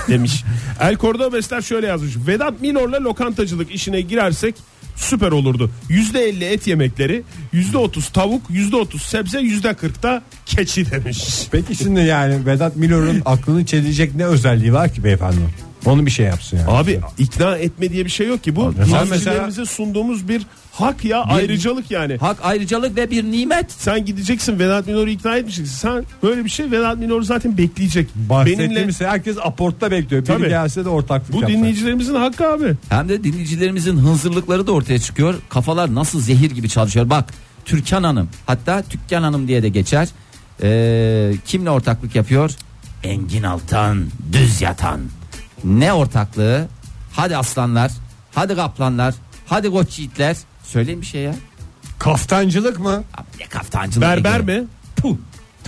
[SPEAKER 4] demiş. El Cordobesler şöyle yazmış. Vedat Milor'la lokantacılık işine girersek süper olurdu. %50 et yemekleri, %30 tavuk, %30 sebze, %40 da keçi demiş.
[SPEAKER 2] Peki şimdi yani Vedat Milor'un aklını çelecek ne özelliği var ki beyefendi? Onu bir şey yapsın yani.
[SPEAKER 4] Abi ikna etme diye bir şey yok ki bu.
[SPEAKER 2] sen
[SPEAKER 4] Dinleyicilerimize sunduğumuz bir hak ya ayrıcalık yani.
[SPEAKER 3] Hak ayrıcalık ve bir nimet.
[SPEAKER 4] Sen gideceksin Vedat Milor'u ikna etmeyeceksin. Sen böyle bir şey Vedat Milor zaten bekleyecek. Benimle
[SPEAKER 2] Bahsettiğimiz şey herkes aportta bekliyor. Biri
[SPEAKER 4] Tabii.
[SPEAKER 2] gelse de ortaklık
[SPEAKER 4] bu
[SPEAKER 2] yapsa.
[SPEAKER 4] dinleyicilerimizin hakkı abi.
[SPEAKER 3] Hem de dinleyicilerimizin hınzırlıkları da ortaya çıkıyor. Kafalar nasıl zehir gibi çalışıyor. Bak Türkan Hanım hatta Tükkan Hanım diye de geçer. Ee, kimle ortaklık yapıyor? Engin Altan, Düz Yatan. Ne ortaklığı? Hadi aslanlar, hadi kaplanlar, hadi koç yiğitler. Söyleyin bir şey ya.
[SPEAKER 2] Kaftancılık mı?
[SPEAKER 3] Abi ne kaftancılık.
[SPEAKER 4] Berber
[SPEAKER 3] Ege.
[SPEAKER 4] mi?
[SPEAKER 3] Puh,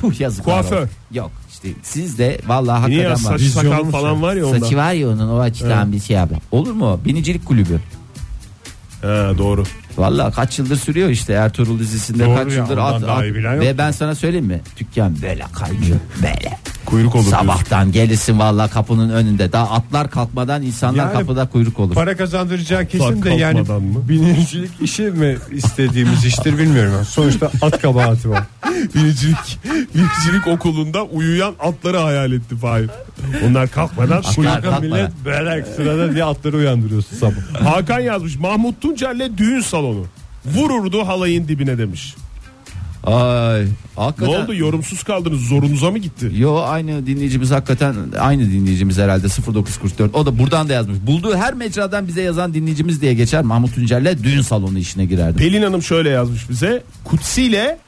[SPEAKER 3] tuh yazık.
[SPEAKER 4] Kuaför.
[SPEAKER 3] Yok işte siz de vallahi
[SPEAKER 4] Niye ya
[SPEAKER 3] hakikaten var.
[SPEAKER 4] saç
[SPEAKER 2] Vizyonlu
[SPEAKER 4] sakal falan var ya onda.
[SPEAKER 3] Saçı var ya onun o açıdan bir şey abi. Olur mu? Binicilik kulübü.
[SPEAKER 4] Ha, doğru.
[SPEAKER 3] Vallahi kaç yıldır sürüyor işte Ertuğrul dizisinde
[SPEAKER 2] Doğru
[SPEAKER 3] kaç
[SPEAKER 2] ya,
[SPEAKER 3] yıldır
[SPEAKER 2] ondan
[SPEAKER 3] at,
[SPEAKER 2] daha
[SPEAKER 3] at.
[SPEAKER 2] iyi bilen yok.
[SPEAKER 3] ve ben sana söyleyeyim mi dükkan böyle kaynıyor böyle
[SPEAKER 4] kuyruk olur. diyorsun.
[SPEAKER 3] Sabahtan gelirsin valla kapının önünde. Daha atlar kalkmadan insanlar
[SPEAKER 2] Yani
[SPEAKER 3] kapıda kuyruk olur.
[SPEAKER 2] Para kazandıracağı kesin
[SPEAKER 4] Uzak
[SPEAKER 2] de yani
[SPEAKER 4] kalkmadan mı?
[SPEAKER 2] binicilik işi mi istediğimiz iştir bilmiyorum. Sonuçta at kabahati var.
[SPEAKER 4] Biricilik, biricilik okulunda uyuyan atları hayal etti Fahir. Onlar kalkmadan
[SPEAKER 3] Atlar
[SPEAKER 4] uyuyor.
[SPEAKER 3] kalkmadan.
[SPEAKER 2] Millet böyle sırada diye atları uyandırıyorsun sabah.
[SPEAKER 4] Hakan yazmış Mahmut Tuncer'le düğün salonu. Vururdu halayın dibine demiş.
[SPEAKER 3] Ay,
[SPEAKER 4] Ne
[SPEAKER 3] hakikaten.
[SPEAKER 4] oldu yorumsuz kaldınız zorunuza mı gitti?
[SPEAKER 3] Yo aynı dinleyicimiz hakikaten aynı dinleyicimiz herhalde 0944. O da buradan da yazmış. Bulduğu her mecradan bize yazan dinleyicimiz diye geçer. Mahmut Tuncer'le düğün salonu işine girerdim.
[SPEAKER 4] Pelin Hanım şöyle yazmış bize. Kutsi'yle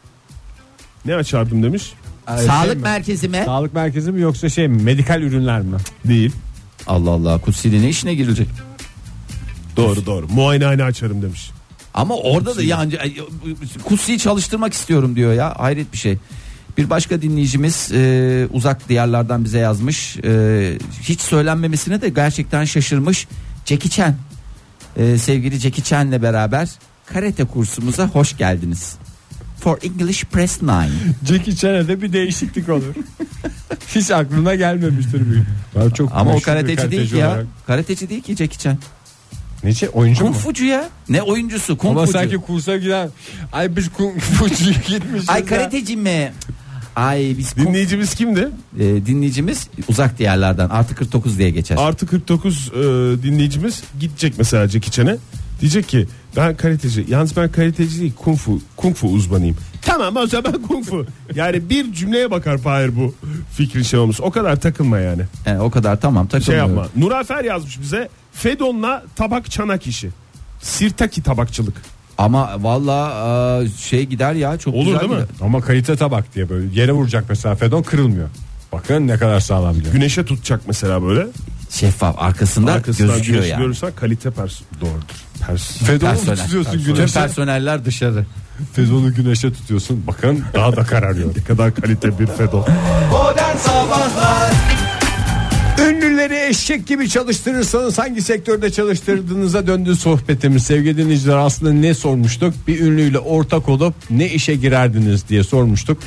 [SPEAKER 4] ne açardım demiş.
[SPEAKER 3] Sağlık merkezi mi?
[SPEAKER 2] Sağlık merkezi mi yoksa şey mi? Medikal ürünler mi?
[SPEAKER 4] Değil.
[SPEAKER 3] Allah Allah Kutsi'nin ne işine girilecek?
[SPEAKER 4] Doğru doğru. Muayenehane açarım demiş.
[SPEAKER 3] Ama orada da yani Kutsi'yi çalıştırmak istiyorum diyor ya. Hayret bir şey. Bir başka dinleyicimiz e, uzak diyarlardan bize yazmış. E, hiç söylenmemesine de gerçekten şaşırmış. Jackie Chan. E, sevgili Jackie Chan'le beraber karate kursumuza hoş geldiniz. For English Press 9.
[SPEAKER 2] Jackie Chan'e de bir değişiklik olur. Hiç aklına gelmemiştir büyük. Ya çok
[SPEAKER 3] Ama o
[SPEAKER 2] meşhur bir
[SPEAKER 3] karateci değil ki ya.
[SPEAKER 2] olarak.
[SPEAKER 3] Karateci değil ki Jackie Chan.
[SPEAKER 2] Nece oyuncu
[SPEAKER 3] Kung
[SPEAKER 2] mu?
[SPEAKER 3] fucu ya. Ne oyuncusu? Kung
[SPEAKER 2] Ama
[SPEAKER 3] fucu.
[SPEAKER 2] sanki kursa giden ay biz kung fucuya gitmişiz.
[SPEAKER 3] Ay
[SPEAKER 2] ya.
[SPEAKER 3] karateci mi? Ay biz kung
[SPEAKER 4] Dinleyicimiz kimdi?
[SPEAKER 3] e, dinleyicimiz uzak diyarlardan artı 49 diye geçer.
[SPEAKER 4] Artı 49 e, dinleyicimiz gidecek mesela Jackie Chan'e. Diyecek ki ben karateci. Yalnız ben karateci değil kung fu, kung fu uzmanıyım. Tamam o zaman kung fu. Yani bir cümleye bakar Fahir bu fikrin şey olmuş. O kadar takılma yani.
[SPEAKER 3] E, o kadar tamam
[SPEAKER 4] Şey
[SPEAKER 3] takılmıyorum.
[SPEAKER 4] yapma. Nurafer yazmış bize. Fedon'la tabak çanak işi. Sirtaki tabakçılık.
[SPEAKER 3] Ama valla e, şey gider ya çok
[SPEAKER 4] Olur
[SPEAKER 3] güzel
[SPEAKER 4] değil mi?
[SPEAKER 3] gider.
[SPEAKER 2] Ama kalite tabak diye böyle yere vuracak mesela Fedon kırılmıyor. Bakın ne kadar sağlam diyor.
[SPEAKER 4] Güneşe tutacak mesela böyle.
[SPEAKER 3] Şeffaf arkasında
[SPEAKER 4] Arkasından
[SPEAKER 3] gözüküyor
[SPEAKER 4] güneş
[SPEAKER 3] yani.
[SPEAKER 4] görürsen kalite pers. Doğrudur. Pers.
[SPEAKER 2] Fedon'u mu
[SPEAKER 3] Personel,
[SPEAKER 2] tutuyorsun
[SPEAKER 3] personel.
[SPEAKER 2] güneşe?
[SPEAKER 3] Personeller dışarı.
[SPEAKER 2] Fedon'u güneşe tutuyorsun. Bakın daha da kararıyor.
[SPEAKER 4] Ne kadar kalite bir Fedon.
[SPEAKER 2] Ünlüleri eşek gibi çalıştırırsanız hangi sektörde çalıştırdığınıza döndü sohbetimiz. Sevgili dinleyiciler aslında ne sormuştuk? Bir ünlüyle ortak olup ne işe girerdiniz diye sormuştuk.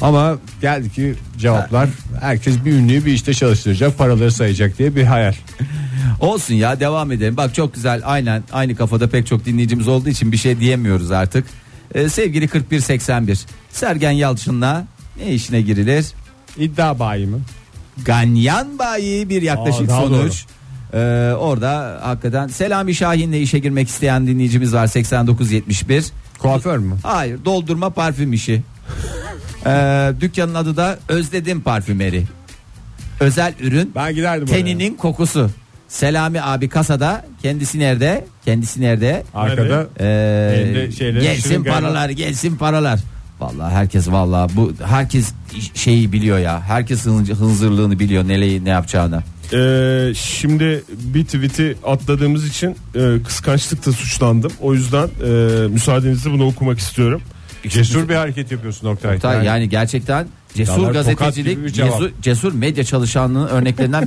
[SPEAKER 2] Ama geldi ki cevaplar herkes bir ünlüyü bir işte çalıştıracak paraları sayacak diye bir hayal.
[SPEAKER 3] Olsun ya devam edelim. Bak çok güzel aynen aynı kafada pek çok dinleyicimiz olduğu için bir şey diyemiyoruz artık. E, sevgili 4181 Sergen Yalçın'la ne işine girilir?
[SPEAKER 2] İddia bayi mi?
[SPEAKER 3] Ganyan bayi bir
[SPEAKER 2] Aa,
[SPEAKER 3] yaklaşık
[SPEAKER 2] daha
[SPEAKER 3] sonuç. Ee, orada hakikaten Selami Şahin'le işe girmek isteyen dinleyicimiz var 8971.
[SPEAKER 2] Kuaför mü?
[SPEAKER 3] Hayır doldurma parfüm işi. Ee, dükkanın adı da Özledim Parfümeri. Özel ürün
[SPEAKER 2] Ben giderdim oraya.
[SPEAKER 3] teninin kokusu. Selami abi kasada kendisi nerede? Kendisi nerede?
[SPEAKER 2] Arkada
[SPEAKER 3] Ee,
[SPEAKER 2] Elde şeyleri,
[SPEAKER 3] gelsin
[SPEAKER 2] şırınga-
[SPEAKER 3] paralar gelsin paralar. Vallahi herkes vallahi bu herkes şeyi biliyor ya. Herkes hınz- hınzırlığını biliyor neyi ne yapacağını.
[SPEAKER 4] Ee, şimdi bir tweet'i atladığımız için e, kıskançlıkla suçlandım. O yüzden e, müsaadenizle bunu okumak istiyorum.
[SPEAKER 2] cesur bir hareket yapıyorsun Oktay.
[SPEAKER 3] Ta- yani, gerçekten cesur
[SPEAKER 2] Yalar, tokat
[SPEAKER 3] gazetecilik,
[SPEAKER 2] gibi bir cevap.
[SPEAKER 3] cesur, cesur medya çalışanlığının örneklerinden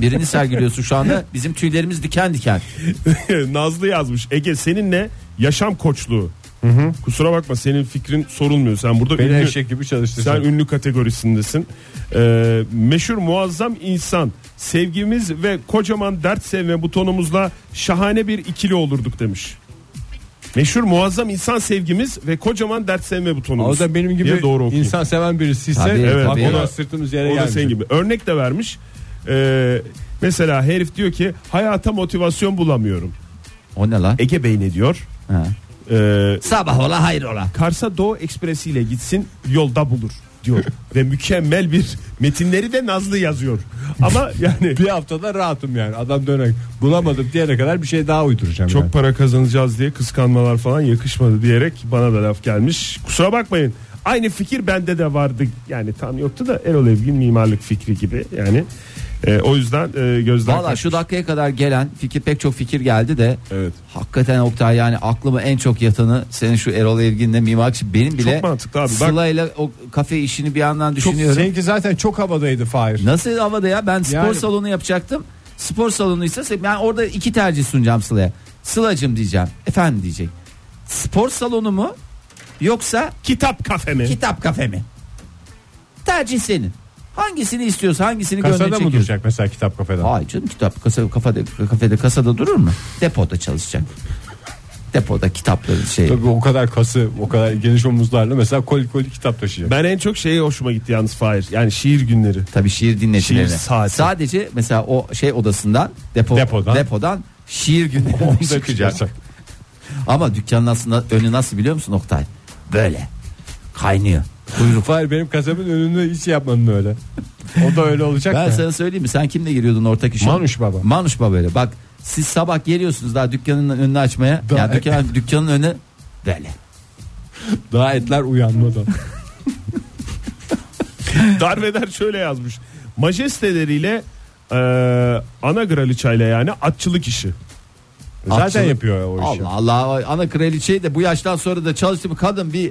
[SPEAKER 3] birini sergiliyorsun şu anda. Bizim tüylerimiz diken diken.
[SPEAKER 4] Nazlı yazmış. Ege seninle yaşam koçluğu. Kusura bakma senin fikrin sorulmuyor. Sen burada
[SPEAKER 2] Beni
[SPEAKER 4] ünlü,
[SPEAKER 2] eşek gibi
[SPEAKER 4] sen
[SPEAKER 2] çalıştırsın.
[SPEAKER 4] ünlü kategorisindesin. Ee, meşhur muazzam insan. Sevgimiz ve kocaman dert sevme butonumuzla şahane bir ikili olurduk demiş. Meşhur muazzam insan sevgimiz ve kocaman dert sevme butonumuz.
[SPEAKER 2] O da benim gibi
[SPEAKER 4] diye doğru okuyayım.
[SPEAKER 2] insan seven birisi ise
[SPEAKER 3] Tabii,
[SPEAKER 2] evet,
[SPEAKER 3] tabii.
[SPEAKER 2] bak
[SPEAKER 4] O
[SPEAKER 2] ona
[SPEAKER 4] da-
[SPEAKER 2] sırtımız yere
[SPEAKER 4] O da
[SPEAKER 2] gelmiş.
[SPEAKER 4] senin gibi. Örnek de vermiş. Ee, mesela herif diyor ki hayata motivasyon bulamıyorum.
[SPEAKER 3] O ne
[SPEAKER 2] E-
[SPEAKER 3] lan?
[SPEAKER 4] Ege Bey ne diyor?
[SPEAKER 3] Ha.
[SPEAKER 4] Ee,
[SPEAKER 3] Sabah ola hayır ola.
[SPEAKER 4] Kars'a Doğu Ekspresi ile gitsin yolda bulur diyor. Ve mükemmel bir metinleri de Nazlı yazıyor. Ama yani
[SPEAKER 2] E, Bir haftada rahatım yani. Adam dönerek bulamadım diyene kadar bir şey daha uyduracağım. yani.
[SPEAKER 4] çok para kazanacağız diye kıskanmalar falan yakışmadı diyerek bana da laf gelmiş. Kusura bakmayın. Aynı fikir bende de vardı. Yani tam yoktu da Erol Evgin mimarlık fikri gibi yani. Ee, o yüzden e, gözden
[SPEAKER 3] Valla şu dakikaya kadar gelen fikir pek çok fikir geldi de
[SPEAKER 4] Evet.
[SPEAKER 3] hakikaten Oktay yani aklıma en çok yatanı senin şu Erol Evgin'le mimar kişi benim bile
[SPEAKER 4] mantıklı abi. Bak-
[SPEAKER 3] Sıla'yla o kafe işini bir yandan
[SPEAKER 2] Çok-
[SPEAKER 3] düşünüyorum.
[SPEAKER 2] Seninki zaten çok havadaydı Fahir.
[SPEAKER 3] Nasıl havada ya? Ben spor
[SPEAKER 2] Yani-
[SPEAKER 3] salonu yapacaktım. Spor salonuysa ben orada iki tercih sunacağım Sıla'ya. Sıla'cım diyeceğim. Efendim diyecek. Spor salonu mu yoksa
[SPEAKER 4] kitap kafemi.
[SPEAKER 3] kitap kafe mi? Tercih senin. Hangisini istiyorsa hangisini gönderecek.
[SPEAKER 2] Kasada mı duracak mesela kitap kafede?
[SPEAKER 3] Hayır canım kitap kasa, kafede, kafede kasada durur mu? Depoda çalışacak. Depoda kitapları şey.
[SPEAKER 2] Tabii o kadar kası, o kadar geniş omuzlarla mesela koli koli kitap taşıyacak.
[SPEAKER 4] Ben en çok şeye hoşuma gitti yalnız Fahir. Yani şiir günleri.
[SPEAKER 3] Tabii şiir dinletileri.
[SPEAKER 4] Şiir saati.
[SPEAKER 3] Sadece mesela o şey odasından depo,
[SPEAKER 2] Depodan.
[SPEAKER 3] depodan. şiir
[SPEAKER 2] Onu da
[SPEAKER 3] günlerine çıkacak.
[SPEAKER 2] çıkacak.
[SPEAKER 3] Ama dükkanın aslında önü nasıl biliyor musun Oktay? Böyle kaynıyor. Kuyruk.
[SPEAKER 2] Hayır benim kasabın önünde hiç yapmadın öyle. O da öyle olacak
[SPEAKER 3] Ben
[SPEAKER 2] da.
[SPEAKER 3] sana söyleyeyim mi? Sen kimle giriyordun ortak işe?
[SPEAKER 2] Manuş Baba.
[SPEAKER 3] Manuş Baba öyle. Bak siz sabah geliyorsunuz daha dükkanın önünü açmaya.
[SPEAKER 2] Daha-
[SPEAKER 3] ya dükkan, dükkanın önü böyle.
[SPEAKER 2] Daha etler uyanmadan.
[SPEAKER 4] Darveder şöyle yazmış. Majesteleriyle e, ana kraliçayla yani atçılık işi.
[SPEAKER 2] Zaten
[SPEAKER 3] Atçılık.
[SPEAKER 2] yapıyor o işi.
[SPEAKER 3] Allah Allah o ana kraliçeyi de bu yaştan sonra da çalıştı mı kadın bir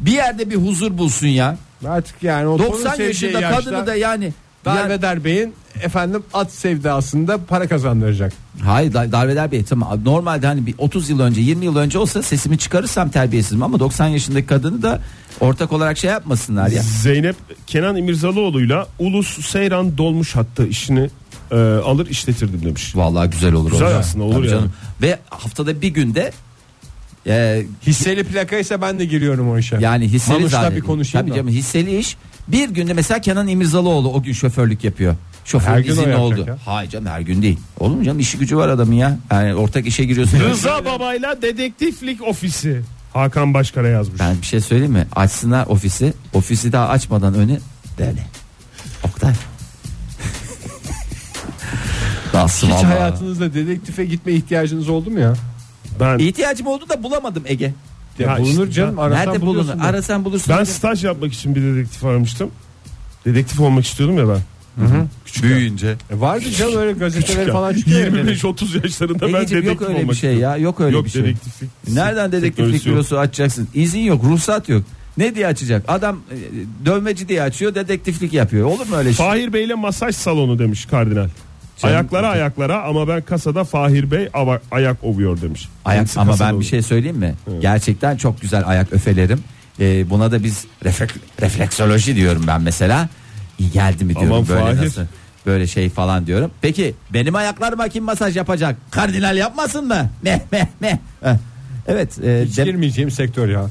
[SPEAKER 3] bir yerde bir huzur bulsun ya.
[SPEAKER 2] Artık yani o
[SPEAKER 3] 90 yaşında kadını da yani yani-
[SPEAKER 2] Darveder Bey'in efendim at sevdasında para kazandıracak.
[SPEAKER 3] Hayır dar- darveder bey tamam normalde hani bir 30 yıl önce 20 yıl önce olsa sesimi çıkarırsam terbiyesizim ama 90 yaşındaki kadını da ortak olarak şey yapmasınlar ya.
[SPEAKER 4] Zeynep Kenan İmirzalıoğlu'yla Ulus Seyran Dolmuş hattı işini e, alır işletirdim demiş.
[SPEAKER 3] Vallahi güzel olur
[SPEAKER 4] Güzel
[SPEAKER 3] hocam.
[SPEAKER 4] aslında, olur
[SPEAKER 3] Tabii
[SPEAKER 4] yani.
[SPEAKER 3] Ve haftada bir günde e,
[SPEAKER 2] Hisseli plaka ise ben de giriyorum o işe.
[SPEAKER 3] yani hisseli
[SPEAKER 2] Manuş'la
[SPEAKER 3] zannedin.
[SPEAKER 2] bir konuşayım
[SPEAKER 3] Tabii
[SPEAKER 2] da.
[SPEAKER 3] canım hisseli iş. Bir günde mesela Kenan İmirzalıoğlu o gün şoförlük yapıyor.
[SPEAKER 2] Her
[SPEAKER 3] Şoför
[SPEAKER 2] gün o
[SPEAKER 3] izinli
[SPEAKER 2] yapacak
[SPEAKER 3] oldu.
[SPEAKER 2] ya.
[SPEAKER 3] Hayır canım her gün değil. Olur mu canım işi gücü var adamın ya. Yani ortak işe giriyorsun.
[SPEAKER 4] Rıza Baba'yla dedektiflik ofisi. Hakan Başkara yazmış.
[SPEAKER 3] Ben bir şey söyleyeyim mi? Açsınlar ofisi. Ofisi daha açmadan önü böyle. Oktay. Nasıl
[SPEAKER 2] Hiç
[SPEAKER 3] valla?
[SPEAKER 2] hayatınızda dedektife gitme ihtiyacınız oldu mu ya?
[SPEAKER 4] Ben
[SPEAKER 3] İhtiyacım oldu da bulamadım Ege.
[SPEAKER 2] Ya
[SPEAKER 4] Ya
[SPEAKER 2] bulunur
[SPEAKER 4] işte,
[SPEAKER 2] canım.
[SPEAKER 4] ya-
[SPEAKER 2] arasan
[SPEAKER 3] Nerede
[SPEAKER 2] buluyorsun
[SPEAKER 3] bulunur?
[SPEAKER 2] da.
[SPEAKER 3] Arasan bulursun.
[SPEAKER 4] ben staj yapmak için bir dedektif aramıştım. Dedektif olmak istiyordum ya ben.
[SPEAKER 3] büyüyünce.
[SPEAKER 2] E vardı canım öyle gazeteler falan çıkıyor. ya.
[SPEAKER 4] 25-30 yaşlarında ben
[SPEAKER 3] Egeciğim
[SPEAKER 4] dedektif
[SPEAKER 3] yok öyle
[SPEAKER 4] olmak
[SPEAKER 3] bir şey
[SPEAKER 4] istiyordum.
[SPEAKER 3] ya. Yok öyle
[SPEAKER 4] yok
[SPEAKER 3] bir şey.
[SPEAKER 4] dedektiflik.
[SPEAKER 3] Nereden dedektiflik
[SPEAKER 4] teknolojisi yok.
[SPEAKER 3] bürosu açacaksın? İzin yok, ruhsat yok. Ne diye açacak? Adam e, dövmeci diye açıyor, dedektiflik yapıyor. Olur mu öyle şey?
[SPEAKER 4] Fahir Bey'le masaj salonu demiş kardinal.
[SPEAKER 3] Canım-
[SPEAKER 4] ayaklara ayaklara ama ben kasada Fahir Bey ava- ayak ovuyor demiş.
[SPEAKER 3] Ayak
[SPEAKER 4] Kendisi
[SPEAKER 3] ama
[SPEAKER 4] kasada
[SPEAKER 3] ben bir
[SPEAKER 4] oluyor.
[SPEAKER 3] şey söyleyeyim mi? Gerçekten çok güzel ayak öfelerim. Ee, buna da biz reflek- refleksoloji diyorum ben mesela. İyi geldi mi diyorum
[SPEAKER 4] Aman
[SPEAKER 3] böyle
[SPEAKER 4] Fahir.
[SPEAKER 3] nasıl böyle şey falan diyorum. Peki benim ayaklarıma kim masaj yapacak? Kardinal yapmasın mı? Meh meh meh. Eh, Evet. e,
[SPEAKER 2] Hiç
[SPEAKER 3] de-
[SPEAKER 2] girmeyeceğim sektör ya.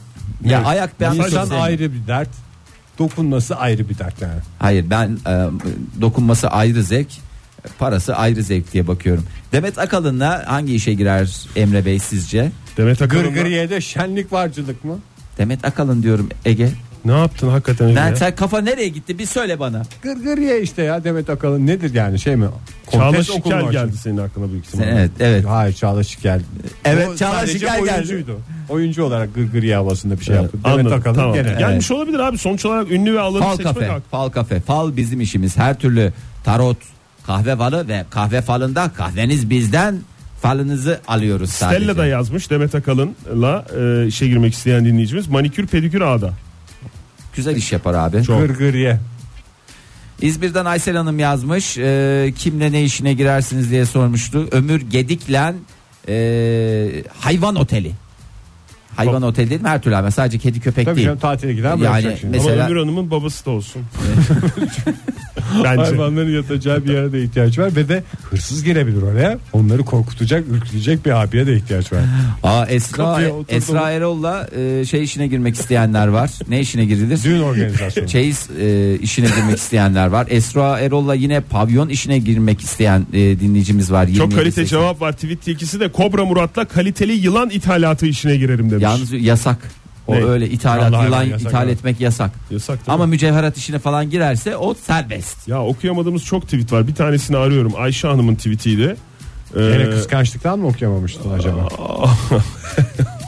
[SPEAKER 3] ya ayak ben çok
[SPEAKER 2] İnsan
[SPEAKER 3] sevmiyorum.
[SPEAKER 2] ayrı bir dert. Dokunması ayrı bir dert yani.
[SPEAKER 3] Hayır ben e, dokunması ayrı zevk, parası ayrı zevk diye bakıyorum. Demet Akalın'la hangi işe girer Emre Bey sizce?
[SPEAKER 4] Demet Akalın'la-
[SPEAKER 2] Gırgıriyede şenlik varcılık mı?
[SPEAKER 3] Demet Akalın diyorum Ege.
[SPEAKER 4] Ne yaptın hakikaten öyle
[SPEAKER 3] Ben
[SPEAKER 4] ya?
[SPEAKER 3] sen kafa nereye gitti bir söyle bana.
[SPEAKER 2] Gırgırıye işte ya Demet Akalın nedir yani şey mi?
[SPEAKER 4] Çağla
[SPEAKER 2] Kontes okulu mu
[SPEAKER 4] Şikel
[SPEAKER 2] açıldı?
[SPEAKER 4] geldi senin aklına büyük ihtimalle.
[SPEAKER 3] Evet evet.
[SPEAKER 2] Hayır Çağla Şikel.
[SPEAKER 3] Evet,
[SPEAKER 2] O
[SPEAKER 3] Çağla
[SPEAKER 2] sadece
[SPEAKER 3] Şikel geldi.
[SPEAKER 2] oyuncuydu. Oyuncu olarak gırgırıye havasında bir şey yaptı. Demet
[SPEAKER 4] Anladım,
[SPEAKER 2] Akalın
[SPEAKER 4] tamam.
[SPEAKER 2] gene.
[SPEAKER 4] Gelmiş olabilir abi sonuç olarak ünlü ve alanı
[SPEAKER 3] Fal
[SPEAKER 4] seçmek
[SPEAKER 3] kafe.
[SPEAKER 4] hakkı.
[SPEAKER 3] Fal kafe. Fal bizim işimiz. Her türlü tarot, kahve falı ve kahve falında kahveniz bizden falınızı alıyoruz sadece.
[SPEAKER 4] Stella da yazmış Demet Akalın'la e, işe girmek isteyen dinleyicimiz. Manikür pedikür ağda.
[SPEAKER 3] Güzel iş yapar abi.
[SPEAKER 4] Çok.
[SPEAKER 2] Gırgırıye.
[SPEAKER 3] İzmir'den Aysel Hanım yazmış. e, kimle ne işine girersiniz diye sormuştu. Ömür Gedik'le e, hayvan oteli. Hayvan oteli dedim her türlü ama sadece kedi köpek
[SPEAKER 2] Tabii
[SPEAKER 3] değil.
[SPEAKER 2] canım tatile giden
[SPEAKER 3] Yani
[SPEAKER 2] bırakacak şimdi.
[SPEAKER 3] mes- Mesela-
[SPEAKER 4] Ama Ömür Hanım'ın babası da olsun. Bence.
[SPEAKER 2] Hayvanların yatacağı bir yere de ihtiyaç var ve de hırsız girebilir oraya. Onları korkutacak, ürkütecek bir abiye de ihtiyaç var.
[SPEAKER 3] Aa, Esra,
[SPEAKER 2] Kapıya oturdu.
[SPEAKER 3] Esra Erol'la e, şey işine girmek isteyenler var. ne işine girilir?
[SPEAKER 2] Düğün organizasyonu.
[SPEAKER 3] Çeyiz e, işine girmek isteyenler var. Esra Erol'la yine pavyon işine girmek isteyen e, dinleyicimiz var. 27
[SPEAKER 4] Çok kalite
[SPEAKER 3] 80.
[SPEAKER 4] cevap var. Tweet ikisi de Kobra Murat'la kaliteli yılan ithalatı işine girerim demiş.
[SPEAKER 3] Yalnız yasak. O
[SPEAKER 4] Ne?
[SPEAKER 3] öyle ithalat
[SPEAKER 2] Vallahi
[SPEAKER 3] yılan
[SPEAKER 2] ben yasak
[SPEAKER 3] ithal
[SPEAKER 2] abi.
[SPEAKER 3] etmek yasak.
[SPEAKER 4] Yasak değil
[SPEAKER 3] Ama
[SPEAKER 4] mi?
[SPEAKER 3] mücevherat işine falan girerse o serbest.
[SPEAKER 4] Ya okuyamadığımız çok tweet var. Bir tanesini arıyorum. Ayşe Hanım'ın tweetiydi. Ee,
[SPEAKER 2] Gene kıskançlıktan mı okuyamamıştın acaba?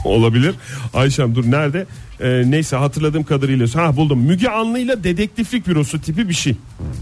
[SPEAKER 4] olabilir. Ayşem dur nerede? Ee, neyse hatırladığım kadarıyla. Ha buldum. Müge Anlı'yla dedektiflik bürosu tipi bir şey.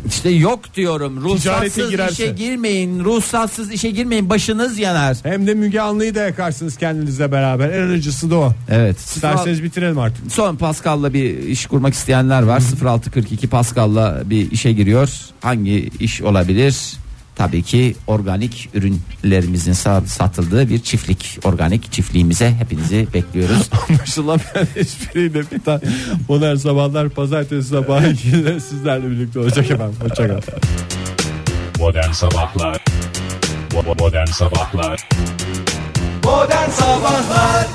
[SPEAKER 3] İşte yok diyorum.
[SPEAKER 4] Ticarete
[SPEAKER 3] Ruhsatsız
[SPEAKER 4] girerse.
[SPEAKER 3] işe girmeyin. Ruhsatsız işe girmeyin. Başınız yanar.
[SPEAKER 2] Hem de Müge Anlı'yı da yakarsınız kendinizle beraber. En acısı da o.
[SPEAKER 3] Evet.
[SPEAKER 2] İsterseniz bitirelim artık.
[SPEAKER 3] Son Pascal'la bir iş kurmak isteyenler var. 0642 Pascal'la bir işe giriyor. Hangi iş olabilir? tabii ki organik ürünlerimizin sa- satıldığı bir çiftlik. Organik çiftliğimize hepinizi bekliyoruz.
[SPEAKER 2] Anlaşılamayan espriyle bir tane. Modern sabahlar pazartesi sabahı yine sizlerle birlikte olacak efendim. Hoşçakalın.
[SPEAKER 5] Modern Sabahlar Bo- Modern Sabahlar
[SPEAKER 6] Modern Sabahlar